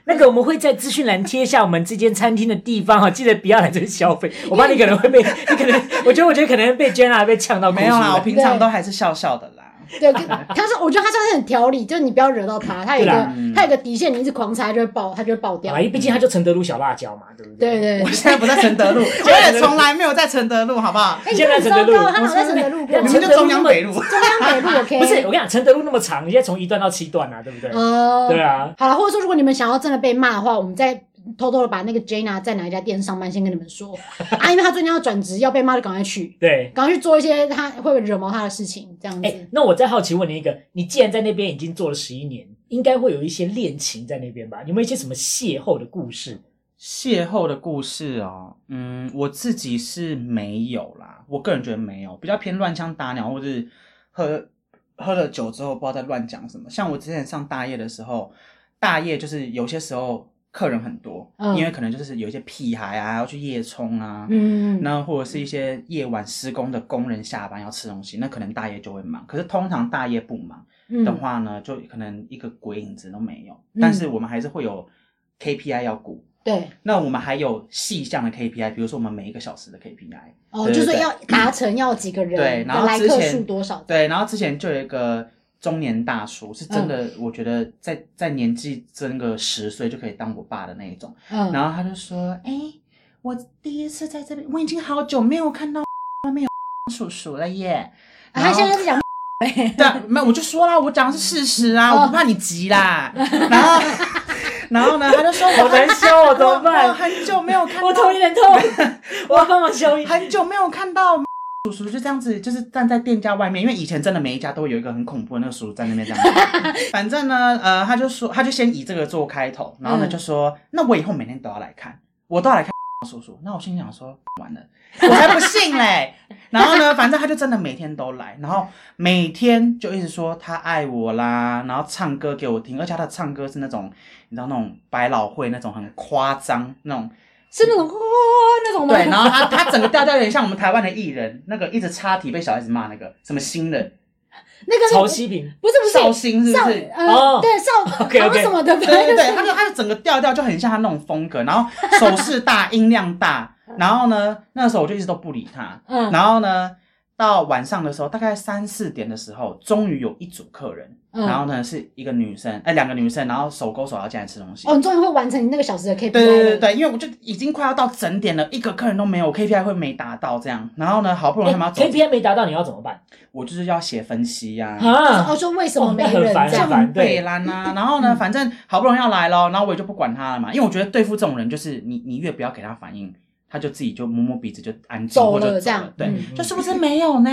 Speaker 2: 那个我们会在资讯栏贴下我们这间餐厅的地方哈，记得不要来这里消费。我怕你可能会被，你可能，我觉得我觉得可能被 Jenna 被呛到哭出
Speaker 3: 没有啊啦，我
Speaker 2: 来。
Speaker 3: 平常都还是笑笑的啦。
Speaker 1: 对，跟他说，我觉得他算是很条理，就是你不要惹到他，他有一
Speaker 2: 对
Speaker 1: 个
Speaker 2: 啦
Speaker 3: 嗯
Speaker 1: 他有一个底线，你一直狂踩，他就会爆，他就会爆掉
Speaker 2: 啊，。因为毕竟他就承德路小辣椒嘛，对不对？
Speaker 1: 对对
Speaker 3: 我，现在 [LAUGHS] 不在承德 [LAUGHS] 路，我也从来没有在承德路，好不好？
Speaker 1: 哎，你
Speaker 2: 现在
Speaker 1: 很
Speaker 2: 承
Speaker 1: 糟
Speaker 2: 德路
Speaker 1: 糕，他老在承德路过，
Speaker 2: 我
Speaker 3: 你
Speaker 1: 中
Speaker 3: 们就中央北路，
Speaker 1: 央北路
Speaker 3: [LAUGHS]
Speaker 1: OK。
Speaker 2: 不是，我跟你讲，承德路那么长，你现在从一段到七段啊，对不对？
Speaker 1: 哦，
Speaker 2: 对啊，
Speaker 1: 好了，或者说如果你们想要真的被骂的话，我们再偷偷的把那个 Jana 在哪一家店上班先跟你们说啊，因为他最近要转职，要被骂就赶快去，
Speaker 2: 对。
Speaker 1: 赶快去做一些他会惹毛他的事情，这样子。
Speaker 2: 哎、那我再好奇问你一个，你既然在那边已经做了十一年，应该会有一些恋情在那边吧？有没有一些什么邂逅的故事？
Speaker 3: 邂逅的故事哦，嗯，我自己是没有啦，我个人觉得没有，比较偏乱枪打鸟，或是喝喝了酒之后不知道在乱讲什么。像我之前上大夜的时候，大夜就是有些时候客人很多，
Speaker 1: 嗯
Speaker 3: 因为可能就是有一些屁孩啊要去夜冲啊，
Speaker 1: 嗯，
Speaker 3: 那或者是一些夜晚施工的工人下班要吃东西，那可能大夜就会忙。可是通常大夜不忙的话呢，就可能一个鬼影子都没有。
Speaker 1: 嗯
Speaker 3: 但是我们还是会有 KPI 要顾，
Speaker 1: 嗯、对，
Speaker 3: 那我们还有细项的 KPI，比如说我们每一个小时的 KPI。
Speaker 1: 哦，
Speaker 3: 对
Speaker 1: 就是
Speaker 3: 对对
Speaker 1: 要达成要几个人，
Speaker 3: 对，然后
Speaker 1: 来
Speaker 3: 之
Speaker 1: 客
Speaker 3: 前
Speaker 1: 数多少？
Speaker 3: 对，然后之前就有一个中年大叔，是
Speaker 1: 嗯
Speaker 3: 真的，我觉得在在年纪增个十岁就可以当我爸的那一种。
Speaker 1: 嗯，
Speaker 3: 然后他就说：“哎、我第一次在这边，我已经好久没有看到没有叔叔了耶。”
Speaker 1: 啊他现在是讲，
Speaker 3: [LAUGHS] 对啊，没有，我就说啦，我讲的是事实啊，
Speaker 1: 哦
Speaker 3: 我不怕你急啦。然后， [LAUGHS] 然后呢，他就说：“
Speaker 2: 好难笑哦，怎么
Speaker 3: 我我
Speaker 2: 办？
Speaker 3: 很久没有看到，
Speaker 2: 我头有点痛，我要帮忙消音。
Speaker 3: 很久没有看到叔叔就这样子，就是站在店家外面，因为以前真的每一家都有一个很恐怖的那个叔叔在那边这样子。反正呢，呃，他就说，他就先以这个做开头，然后呢
Speaker 1: 嗯
Speaker 3: 就说，那我以后每天都要来看，我都要来看叔叔。那我心想说，完了，我才不信嘞。然后呢，反正他就真的每天都来，然后每天就一直说他爱我啦，然后唱歌给我听，而且他的唱歌是那种，你知道那种百老汇那种很夸张那种。
Speaker 1: 是那种哦那种吗？
Speaker 3: [LAUGHS] 对，然后他他整个调调有点像我们台湾的艺人，那个一直插题被小孩子骂那个什么新人
Speaker 1: 那个是
Speaker 2: 曹西平，
Speaker 1: 不是不是
Speaker 3: 绍兴是
Speaker 1: 少
Speaker 3: 不是？
Speaker 2: 哦
Speaker 1: 呃对少
Speaker 2: OK，OK
Speaker 1: 好像什么的，反
Speaker 3: 对
Speaker 1: 正
Speaker 3: 对
Speaker 1: [LAUGHS]
Speaker 3: 对，他的他的整个调调就很像他那种风格，然后手势大， [LAUGHS] 音量大，然后呢，那时候我就一直都不理他，
Speaker 1: 嗯
Speaker 3: 然后呢，到晚上的时候，大概三四点的时候，终于有一组客人，
Speaker 1: 嗯
Speaker 3: 然后呢是一个女生，哎，两个女生，然后手勾手要进来吃东西。
Speaker 1: 哦，你终于会完成你那个小时的 KPI 了。
Speaker 3: 对对对对，因为我就已经快要到整点了，一个客人都没有，我 KPI 会没达到这样。然后呢，好不容易他们
Speaker 1: 哎
Speaker 3: 要走
Speaker 2: KPI 没达到，你要怎么办
Speaker 3: 我就是要写分析呀、
Speaker 1: 哦，
Speaker 2: 啊？
Speaker 1: 说为什么
Speaker 2: 哦
Speaker 1: 没
Speaker 2: 那
Speaker 1: 人
Speaker 2: 很烦
Speaker 1: 这样
Speaker 2: 很？烦
Speaker 3: 北
Speaker 2: 对
Speaker 3: 兰 [LAUGHS] 呐、然后呢，反正好不容易要来咯，然后我也就不管他了嘛，因为我觉得对付这种人，就是你你越不要给他反应，他就自己就摸摸鼻子就安静
Speaker 1: 走
Speaker 3: 或者
Speaker 1: 了
Speaker 3: 走
Speaker 1: 这样
Speaker 3: 对，
Speaker 1: 嗯
Speaker 3: 就是不是没有呢？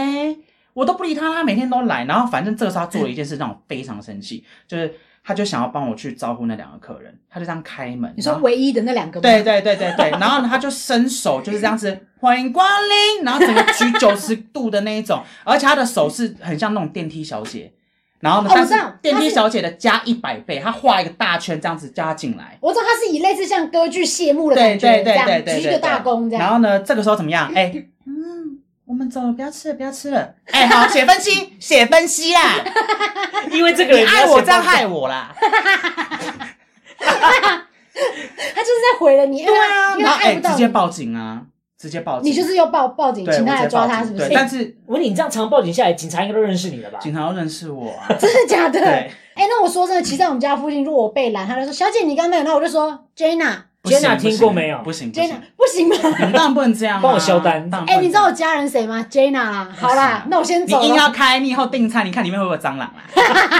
Speaker 3: 我都不理他，他每天都来，然后反正这个时候他做了一件事让我非常生气，就是他就想要帮我去招呼那两个客人，他就这样开门，
Speaker 1: 你说
Speaker 3: 然后
Speaker 1: 唯一的那两个吗
Speaker 3: 啊对对对对
Speaker 1: [LAUGHS]
Speaker 3: 对，然后呢，他就伸手就是这样子，欢迎光临，然后整个举九十度的那一种，而且他的手是很像那种电梯小姐，然后呢，
Speaker 1: 哦
Speaker 3: 但
Speaker 1: 我知道
Speaker 3: 是电
Speaker 1: 他
Speaker 3: 梯
Speaker 1: 是
Speaker 3: 小姐的加一百倍，他画一个大圈这样子叫他进来，
Speaker 1: 我知道他是以类似像歌剧谢幕的感
Speaker 3: 对对
Speaker 1: 觉，这
Speaker 3: 对
Speaker 1: 样
Speaker 3: 对对，
Speaker 1: 鞠一
Speaker 3: 对
Speaker 1: 个大
Speaker 3: 对
Speaker 1: 躬这
Speaker 3: 然
Speaker 1: 样。
Speaker 3: 后呢，这个时候怎
Speaker 1: [LAUGHS]
Speaker 3: 么样？哎，嗯，我们走了，不要吃了，不要吃了。
Speaker 1: [LAUGHS]
Speaker 3: 哎，好，写分析，写分析啦，
Speaker 2: 因为这个
Speaker 3: 你
Speaker 2: 人
Speaker 3: 爱我这样
Speaker 2: 害。
Speaker 3: 害我啦。
Speaker 1: 他就是在毁了你，因为
Speaker 3: 对
Speaker 1: 他
Speaker 3: 啊，
Speaker 1: 因为
Speaker 3: 然
Speaker 1: 他
Speaker 3: 后
Speaker 1: 爱
Speaker 3: 哎，
Speaker 1: 不到
Speaker 3: 直
Speaker 1: 你
Speaker 3: 接，报警啊，直接报警。
Speaker 1: 你就是要报报警，
Speaker 3: 对，
Speaker 1: 请
Speaker 3: 我
Speaker 1: 他
Speaker 3: 直
Speaker 1: 来
Speaker 3: 接
Speaker 1: 抓
Speaker 3: 报
Speaker 1: 他，
Speaker 3: 警
Speaker 1: 是不
Speaker 3: 对
Speaker 1: 是？
Speaker 3: 但是
Speaker 2: 我问你，你这样常报警下来，警察应该都认识你了吧？
Speaker 3: 警察要认识我啊。
Speaker 1: [LAUGHS] 真的假的？
Speaker 3: 对，
Speaker 1: 哎、那我说真的，骑在我们家附近，如果我被拦，他就说：“小姐，你刚才有？”然后我就说：“Jenna，Jenna，
Speaker 3: 不行
Speaker 2: Jenna
Speaker 3: 不行
Speaker 2: 听过没有
Speaker 3: 不行不行，
Speaker 1: 不
Speaker 3: [LAUGHS]
Speaker 1: 行吗
Speaker 3: 你们当然不能这样啊，
Speaker 2: 帮我销单
Speaker 3: 当然不
Speaker 1: 哎、
Speaker 3: 能
Speaker 1: 你知道我家人谁吗？Jenna 啦。好啦，那我先
Speaker 3: 你
Speaker 1: 走
Speaker 3: 硬要
Speaker 1: 了。
Speaker 3: 开，你以后订菜，你看里面会不会有蟑螂啊？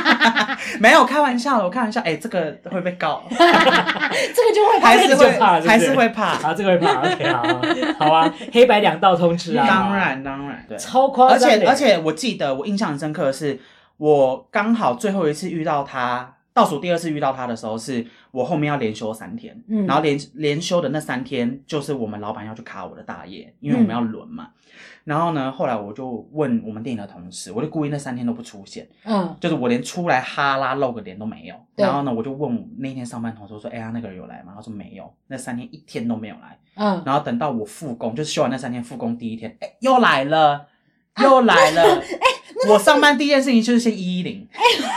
Speaker 3: [LAUGHS] 没有，开玩笑的，我开玩笑。哎，这个会被告，
Speaker 1: 这个就会
Speaker 3: 还是
Speaker 2: 这个
Speaker 3: 会
Speaker 2: 就怕是不是
Speaker 3: 还是会怕，
Speaker 2: 啊，这个会怕，OK 好啊，好啊，黑白两道通吃啊，
Speaker 3: [LAUGHS] 当，然当然，对。啊
Speaker 2: 超
Speaker 1: 哦
Speaker 2: 夸
Speaker 3: 而
Speaker 2: 张的，
Speaker 3: 且而且，我记得我印象很深刻的是，我刚好最后一次遇到他，倒数第二次遇到他的时候，是我后面要连休三天，
Speaker 1: 嗯
Speaker 3: 然后连连休的那三天，就是我们老板要去卡我的大夜，因为我们要轮嘛。
Speaker 1: 嗯
Speaker 3: 然后呢，后来我就问我们店里的同事，我就故意那三天都不出现，
Speaker 1: 嗯，
Speaker 3: 就是我连出来哈拉露个脸都没有。
Speaker 1: 对
Speaker 3: 然后呢，我就问我那天上班同事我说：“哎、呀，那个人有来吗？”他说没有，那三天一天都没有来。
Speaker 1: 嗯，
Speaker 3: 然后等到我复工，就是休完那三天复工第一天，哎、又来了，又
Speaker 1: [LAUGHS]
Speaker 3: 来了。我上班第一件事情就是先一一零，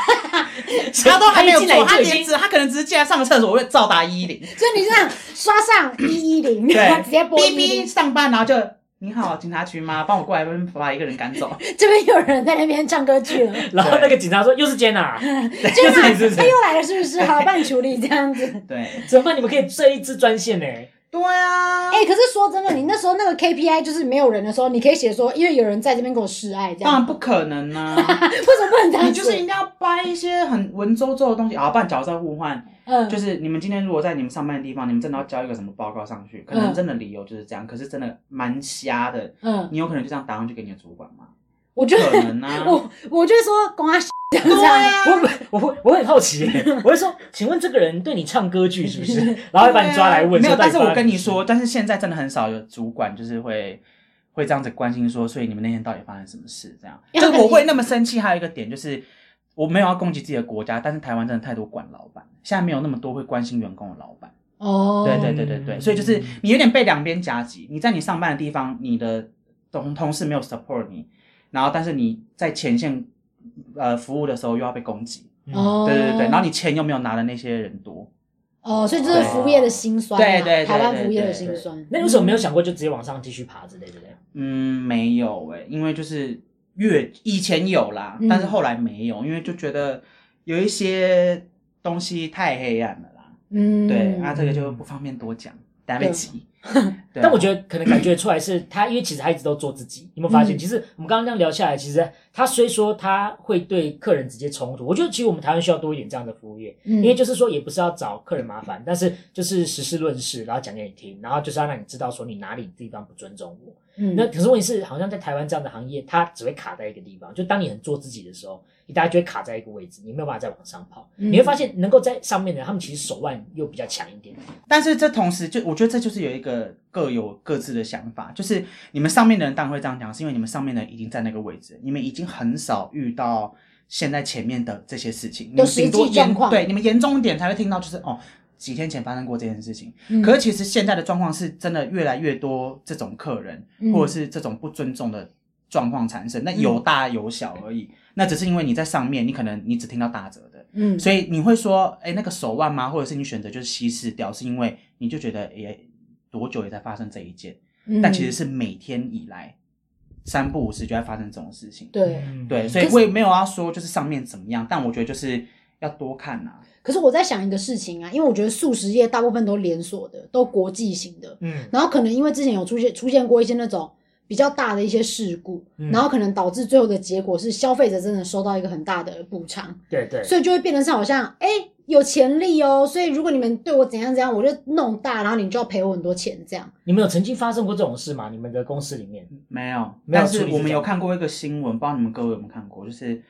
Speaker 1: 哎
Speaker 3: 他都还没有
Speaker 2: 他一进来
Speaker 3: 做，他
Speaker 2: 就已
Speaker 3: 连
Speaker 1: [LAUGHS]
Speaker 2: 经
Speaker 3: 只他可能只是进来上个厕所，我会照打一一零，
Speaker 1: 所以你这样刷上一一零， [LAUGHS] 然后 [LAUGHS]
Speaker 3: 对，
Speaker 1: 直接拨
Speaker 3: 哔
Speaker 1: 一
Speaker 3: 哔上班，然后就你好，警察局吗？帮我过来，把一个人赶走。 [LAUGHS]
Speaker 1: 这边有人在那边唱歌去了。
Speaker 2: 然后那个警察说又是 Jenna，
Speaker 1: Jenna，
Speaker 2: 就是你是不是
Speaker 1: 他哎又来了，是不是？好了，帮你处理这样子。
Speaker 3: 对，
Speaker 2: 怎么办？你们可以设一支专线呢？
Speaker 3: 对啊，
Speaker 1: 哎、可是说真的，你那时候那个 KPI 就是没有人的时候，你可以写说，因为有人在这边跟我示爱这
Speaker 3: 当
Speaker 1: 样。
Speaker 3: 然不可能啊，
Speaker 1: [LAUGHS] 为什么不能这样
Speaker 3: 嗯你
Speaker 1: 子？
Speaker 3: 就是一定要掰一些很文绉绉的东西啊，不然角色互换。
Speaker 1: 嗯，
Speaker 3: 就是你们今天如果在你们上班的地方，你们真的要交一个什么报告上去，可
Speaker 2: 嗯
Speaker 3: 能真的理由就是这样，可是真的蛮瞎的，
Speaker 1: 嗯，
Speaker 3: 你有可能就这样打上去给你的主管吗？
Speaker 1: 我觉
Speaker 3: 不
Speaker 1: 得！
Speaker 3: 可能
Speaker 2: [LAUGHS]
Speaker 3: 啊
Speaker 1: [LAUGHS] 我我就会说光他这样
Speaker 3: 对啊
Speaker 2: 我我会我很好
Speaker 3: [LAUGHS]
Speaker 2: 奇耶，我会说，请问这个人对你唱歌剧是不是？然后会把你抓来问，
Speaker 3: 啊没
Speaker 2: 说到
Speaker 3: 有，但
Speaker 2: 底发
Speaker 3: 是
Speaker 2: 生
Speaker 3: 我跟你
Speaker 2: 什么
Speaker 3: 说，但是现在真的很少有主管就是会会这样子关心说，所以你们那天到底发生什么事？这样，
Speaker 1: 因
Speaker 3: 就
Speaker 1: 为他
Speaker 3: 是我
Speaker 1: 可能
Speaker 3: 会那么生气，还有一个点就是。我没有要攻击自己的国家，但是台湾真的太多管老板，现在没有那么多会关心员工的老板。
Speaker 1: 哦，
Speaker 3: 对对对对对，所以就是你有点被两边夹击。你在你上班的地方，你的同同事没有 support 你，然后但是你在前线呃服务的时候又要被攻击，
Speaker 2: 嗯
Speaker 1: 哦，
Speaker 3: 嗯对对对对，然后你钱又没有拿的那些人多，
Speaker 1: 哦，所以这是服务业的辛酸啊，
Speaker 3: 对对对
Speaker 1: 台湾
Speaker 3: 对
Speaker 1: 服务业的
Speaker 3: 对
Speaker 1: 辛
Speaker 3: 对
Speaker 1: 酸。
Speaker 2: 那为什么没有想过就直接往上继续爬之类的嘞？
Speaker 3: 嗯，没有诶、因为就是越以前有啦
Speaker 1: 嗯，
Speaker 3: 但是后来没有，因为就觉得有一些东西太黑暗了啦，
Speaker 1: 嗯，
Speaker 3: 对，啊这个就不方便多讲，大家别急，对啊
Speaker 2: 但我觉得可能感觉出来是他，因为其实他一直都做自己。你有没有发现？
Speaker 1: 嗯
Speaker 2: 其实我们刚刚这样聊下来，其实他虽说他会对客人直接冲突，我觉得其实我们台湾需要多一点这样的服务业，
Speaker 1: 因
Speaker 3: 嗯
Speaker 2: 因为就是说也不是要找客人麻烦，但是就是实事论事，然后讲给你听，然后就是要让你知道说你哪里地方不尊重我。
Speaker 3: 嗯
Speaker 1: 嗯
Speaker 2: 那可是问题是，好像在台湾这样的行业，它只会卡在一个地方，就当你很做自己的时候，你大家就会卡在一个位置，你没有办法再往上跑。
Speaker 1: 嗯
Speaker 2: 你会发现，能够在上面的人，他们其实手腕又比较强一点。
Speaker 3: 但是这同时就我觉得这就是有一个各有各自的想法，就是你们上面的人当然会这样讲，是因为你们上面的人已经在那个位置，你们已经很少遇到现在前面的这些事情，你
Speaker 1: 有
Speaker 3: 们
Speaker 1: 实际
Speaker 3: 顶多
Speaker 1: 状
Speaker 3: 严
Speaker 1: 况
Speaker 3: 对你们严重一点才会听到，就是哦几天前发生过这件事情。
Speaker 1: 嗯
Speaker 3: 可是其实现在的状况是真的越来越多这种客人、
Speaker 1: 嗯
Speaker 3: 或者是这种不尊重的状况产生，那有大有小而已。那只是因为你在上面，你可能你只听到打折的，
Speaker 1: 嗯，
Speaker 3: 所以你会说，哎、那个手腕吗？或者是你选择就是稀释掉，是因为你就觉得，哎、多久也才发生这一件？
Speaker 2: 嗯
Speaker 1: 以
Speaker 3: 但其实是每天以来，三不五时就在发生这种事情。
Speaker 1: 对。
Speaker 3: 对，所以
Speaker 1: 可是
Speaker 3: 我也没有要说就是上面怎么样，但我觉得就是要多看啊呐、
Speaker 1: 可是我在想一个事情啊，因为我觉得素食业大部分都连锁的，都国际型的，
Speaker 2: 嗯，
Speaker 1: 然后可能因为之前有出现出现过一些那种比较大的一些事故，
Speaker 2: 嗯
Speaker 1: 然后可能导致最后的结果是消费者真的收到一个很大的补偿，
Speaker 2: 对对。
Speaker 1: 所以就会变得是好像哎、诶有潜力哦，所以如果你们对我怎样怎样，我就弄大，然后你就要赔我很多钱这样。
Speaker 2: 你们有曾经发生过这种事吗？你们的公司里面？
Speaker 3: 没有，
Speaker 2: 没有
Speaker 3: 但
Speaker 2: 处
Speaker 3: 是
Speaker 2: 理
Speaker 3: 我
Speaker 2: 这
Speaker 3: 们
Speaker 2: 种
Speaker 3: 有看过一个新闻，不知道你们各位有没有看过，就是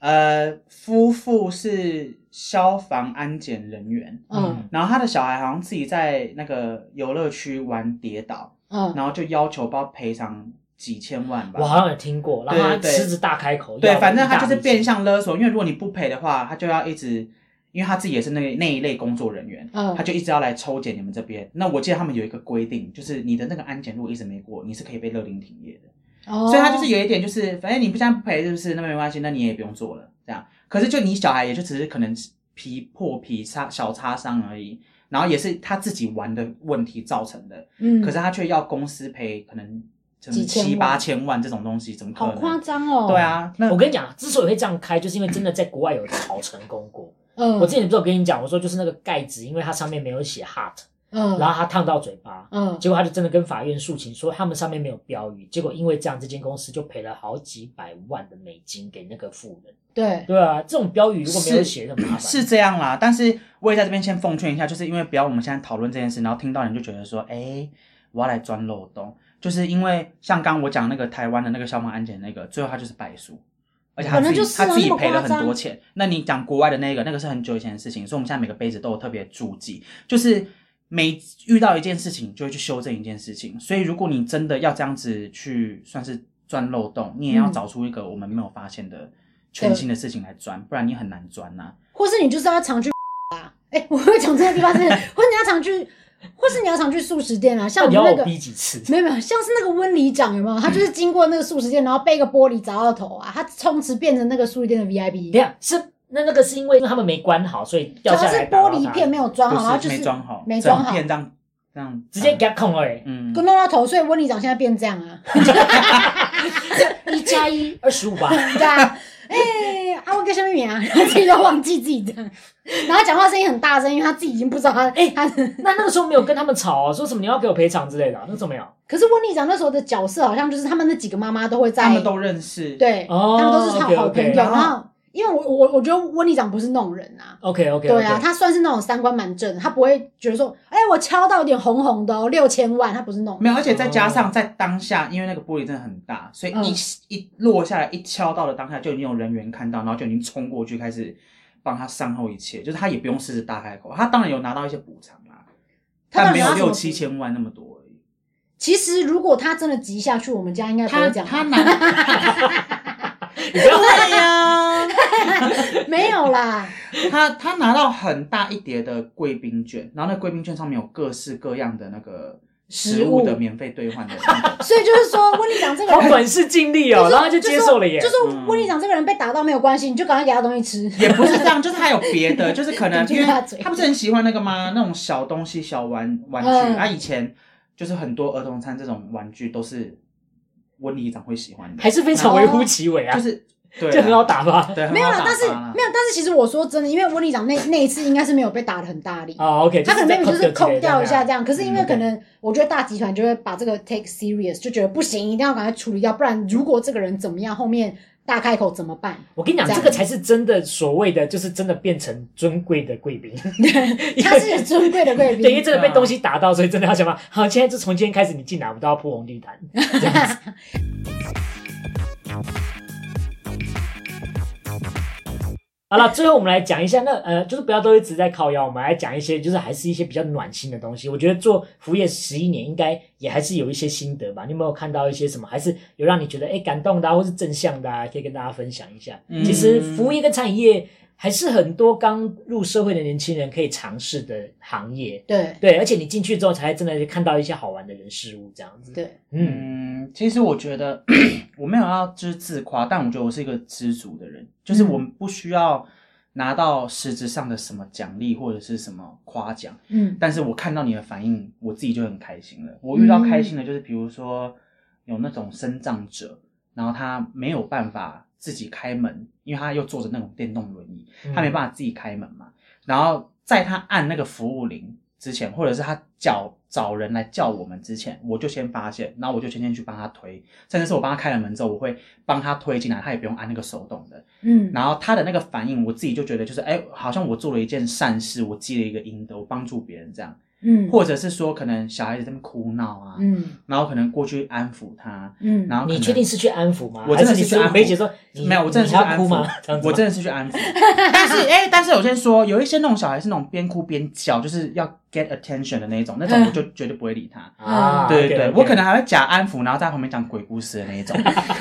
Speaker 3: 呃，夫妇是消防安检人员，
Speaker 1: 嗯
Speaker 3: 然后他的小孩好像自己在那个游乐区玩跌倒，
Speaker 1: 嗯，
Speaker 3: 然后就要求包赔偿几千万吧。
Speaker 2: 我好像有听过，然后他
Speaker 3: 对对对
Speaker 2: 狮子大开口，
Speaker 3: 对，
Speaker 2: 要
Speaker 3: 反正他
Speaker 2: 一大
Speaker 3: 就是
Speaker 2: 笔
Speaker 3: 变
Speaker 2: 钱，
Speaker 3: 相勒索，因为如果你不赔的话，他就要一直，因为他自己也是那个那一类工作人员，
Speaker 1: 嗯
Speaker 3: 他就一直要来抽检你们这边。那我记得他们有一个规定，就是你的那个安检如果一直没过，你是可以被勒令停业的。
Speaker 1: 哦
Speaker 3: 所以他就是有一点就是，反正你不这样不赔是不是？那没关系，那你也不用做了这样。可是就你小孩也就只是可能皮破皮擦小擦伤而已，然后也是他自己玩的问题造成的。
Speaker 1: 嗯，
Speaker 3: 可是他却要公司赔可能就是
Speaker 1: 几千
Speaker 3: 七
Speaker 1: 万
Speaker 3: 八千万这种东西，怎么可
Speaker 1: 好
Speaker 3: 能？
Speaker 1: 夸张哦。
Speaker 3: 对，啊，那
Speaker 2: 我跟你讲，之所以会这样开，就是因为真的在国外有炒成功过。
Speaker 1: 嗯，
Speaker 2: 我之前不是有跟你讲，我说就是那个盖子，因为它上面没有写 hot，
Speaker 1: 嗯，
Speaker 2: 然后它烫到嘴巴，
Speaker 1: 嗯
Speaker 2: 结果他就真的跟法院诉请说他们上面没有标语，结果因为这样，这间公司就赔了好几百万的美金给那个富人。
Speaker 1: 对，
Speaker 2: 对啊，这种标语如果没有写，很麻烦。
Speaker 3: 是这样啦。但是我也在这边先奉劝一下，就是因为不要我们现在讨论这件事，然后听到人就觉得说，哎、我要来钻漏洞，就是因为像刚我讲那个台湾的那个消防安检那个，最后他就是败诉。而且他
Speaker 1: 本来
Speaker 3: 自己、
Speaker 1: 就是啊
Speaker 3: 他自己
Speaker 1: 那么
Speaker 3: 赔了
Speaker 1: 夸
Speaker 3: 很
Speaker 1: 张
Speaker 3: 多钱。那你讲国外的那个，那个是很久以前的事情，所以我们现在每个杯子都有特别注记，就是每遇到一件事情就会去修正一件事情。所以如果你真的要这样子去算是钻漏洞，你也要
Speaker 1: 嗯
Speaker 3: 找出一个我们没有发现的全新的事情来钻，不然你很难钻呐、
Speaker 1: 或是你就是要常去啊，哎、我会讲这个地方是，或是你要常去，或是你要常去素食店啊，像
Speaker 2: 那
Speaker 1: 我
Speaker 2: 你
Speaker 1: 们那
Speaker 2: 要我
Speaker 1: 个。
Speaker 2: 逼几次？
Speaker 1: 没有没有，像是那个温里长有没有？他就是经过那个素食店，然后被一个玻璃砸到头啊，他充值变成那个素食店的 VIP，
Speaker 2: 你看是那那个是因为他们没关好，所以掉
Speaker 1: 主
Speaker 2: 下
Speaker 1: 要是
Speaker 2: 来打到
Speaker 1: 玻
Speaker 2: 他
Speaker 1: 璃片没有装
Speaker 3: 不
Speaker 1: 好，
Speaker 3: 是、
Speaker 1: 然后就是
Speaker 3: 没装好，
Speaker 1: 没装好
Speaker 3: 整，片这样这样
Speaker 2: 直接给他控而已。
Speaker 3: 嗯
Speaker 1: 弄到头，所以温里长现在变这样啊，
Speaker 2: 一加一二十五吧。 [LAUGHS]
Speaker 1: 对啊，哎、阿文哥什么名啊？他自己都忘记自己的，然后讲话声音很大声，因为他自己已经不知道他哎、他的。
Speaker 2: 那那个时候没有跟他们吵、啊，说什么你要给我赔偿之类的啊、那时候没有。
Speaker 1: 可是温里长那时候的角色好像就是他们那几个妈妈都会在
Speaker 3: 他们都认识，，
Speaker 1: 对，
Speaker 2: 哦
Speaker 1: 他们都是好
Speaker 2: OK，OK
Speaker 1: 好朋友。
Speaker 3: 然
Speaker 1: 然
Speaker 3: 后
Speaker 1: 后，因为我我我觉得温里长不是那种人啊，
Speaker 2: OK OK，
Speaker 1: 对啊，他算是那种三观蛮正的，他不会觉得说，哎、我敲到有点红红的哦，六千万，他不是那种
Speaker 3: 没有，而且再加上在当下，因为那个玻璃真的很大，所以一、
Speaker 1: 嗯
Speaker 3: 一落下来一敲到的当下，就已经有人员看到，然后就已经冲过去开始帮他善后一切，就是他也不用狮子大开口，他当然有拿到一些补偿啦，
Speaker 1: 他到
Speaker 3: 但
Speaker 1: 底
Speaker 3: 没
Speaker 1: 拿
Speaker 3: 有
Speaker 1: 什么
Speaker 3: 六
Speaker 1: 补
Speaker 3: 七。千万那么多而已。
Speaker 1: 其实如果他真的急下去， [LAUGHS] 我们家应该不会讲。
Speaker 3: 他拿， [LAUGHS]
Speaker 2: 你不要
Speaker 3: 对呀，
Speaker 1: 没有啦，
Speaker 3: [LAUGHS] 他他拿到很大一叠的贵宾券，然后那贵宾券上面有各式各样的那个食物的免费兑换的那个，
Speaker 1: 所以就是说，温丽长这个
Speaker 2: 好
Speaker 1: 人，
Speaker 2: 短视近利哦，
Speaker 1: 是
Speaker 2: 然后就接受了耶
Speaker 1: 就。是
Speaker 3: 嗯
Speaker 1: 温丽长这个人被打到没有关系，你就赶快给他东西吃。
Speaker 3: 也不是这样，就是还有别的，就是可
Speaker 1: [LAUGHS]
Speaker 3: 能
Speaker 1: 你就
Speaker 3: 因为
Speaker 1: 把嘴
Speaker 3: 他不是很喜欢那个吗？那种小东西、小玩玩具，啊
Speaker 1: 嗯
Speaker 3: 他、以前就是很多儿童餐这种玩具都是温里长会喜欢的，
Speaker 2: 还是非
Speaker 1: 哦
Speaker 2: 常微乎其微啊，
Speaker 3: 就是对啊，
Speaker 2: 这很好打发。
Speaker 3: 对，很好
Speaker 1: 没有啦
Speaker 3: 打，
Speaker 1: 但是
Speaker 3: 发啦
Speaker 1: 没有，但是其实我说真的，因为温丽长那那一次应该是没有被打的很大力，
Speaker 2: 哦，OK，
Speaker 3: 欸
Speaker 1: 他可能 maybe 就是空掉一下这
Speaker 2: 样。
Speaker 1: 样，可是因为
Speaker 3: 嗯
Speaker 1: 可能我觉得大集团就会把这个 take serious，就觉得不行，一定要赶快处理掉，不然如果这个人怎么样，后面大开口怎么办？
Speaker 2: 我跟你讲，
Speaker 1: 这
Speaker 2: 这
Speaker 1: 样
Speaker 2: 个才是真的所谓的，就是真的变成尊贵的贵宾。
Speaker 1: [LAUGHS] 他是尊贵的贵
Speaker 3: [LAUGHS]
Speaker 2: 对，因为
Speaker 1: 宾，
Speaker 2: 真的被东西打到，所以真的要想办法。好，现在就从今天开始，你进来我们都要铺红地毯。 [LAUGHS] 这样子好了，最后我们来讲一下，那呃，就是不要都一直在靠腰，我们来讲一些，就是还是一些比较暖心的东西。我觉得做服务业十一年，应该也还是有一些心得吧。你有没有看到一些什么，还是有让你觉得哎感动的、啊，或是正向的、啊，可以跟大家分享一下？
Speaker 3: 嗯
Speaker 2: 其实服务业跟餐饮业还是很多刚入社会的年轻人可以尝试的行业。
Speaker 1: 对
Speaker 2: 对，而且你进去之后才真的看到一些好玩的人事物，这样子。，
Speaker 1: 对，
Speaker 2: 嗯，
Speaker 3: 嗯，其实我觉得我没有要就是自夸，但我觉得我是一个知足的人，就是我们不需要拿到实质上的什么奖励或者是什么夸奖，
Speaker 1: 嗯
Speaker 3: 但是我看到你的反应，我自己就很开心了。我遇到开心的，就是比如说有那种身障者，然后他没有办法自己开门，因为他又坐着那种电动轮椅，
Speaker 2: 嗯
Speaker 3: 他没办法自己开门嘛。然后在他按那个服务铃之前，或者是他叫找人来叫我们之前，我就先发现，然后我就先先去帮他推，甚至是我帮他开了门之后，我会帮他推进来，他也不用按那个手动的。
Speaker 1: 嗯
Speaker 3: 然后他的那个反应，我自己就觉得就是，哎，好像我做了一件善事，我积了一个阴德，我帮助别人这样，
Speaker 1: 嗯
Speaker 3: 或者是说可能小孩子在那边哭闹啊，
Speaker 1: 嗯
Speaker 3: 然后可能过去安抚他，
Speaker 1: 嗯，
Speaker 3: 然后可
Speaker 2: 你
Speaker 3: 能
Speaker 2: 确定是去安抚吗？
Speaker 3: 我真的
Speaker 2: 还是
Speaker 3: 是去安抚
Speaker 2: 梅姐说，你
Speaker 3: 没有，我真的是
Speaker 2: 你
Speaker 3: 去
Speaker 2: 要
Speaker 3: 安
Speaker 2: 哭吗
Speaker 3: 抚？
Speaker 2: 这样子吗
Speaker 3: 我真的是去
Speaker 1: [LAUGHS]
Speaker 3: 安抚。但是，哎、但是我先说，有一些那种小孩是那种边哭边叫，就是要 get attention 的那一种，那种
Speaker 1: 嗯
Speaker 3: 我就绝对不会理他。
Speaker 2: 啊，
Speaker 3: 对
Speaker 2: OK，
Speaker 3: 对对
Speaker 2: OK
Speaker 3: 我可能还会假安抚，然后在旁边讲鬼故事的那一种。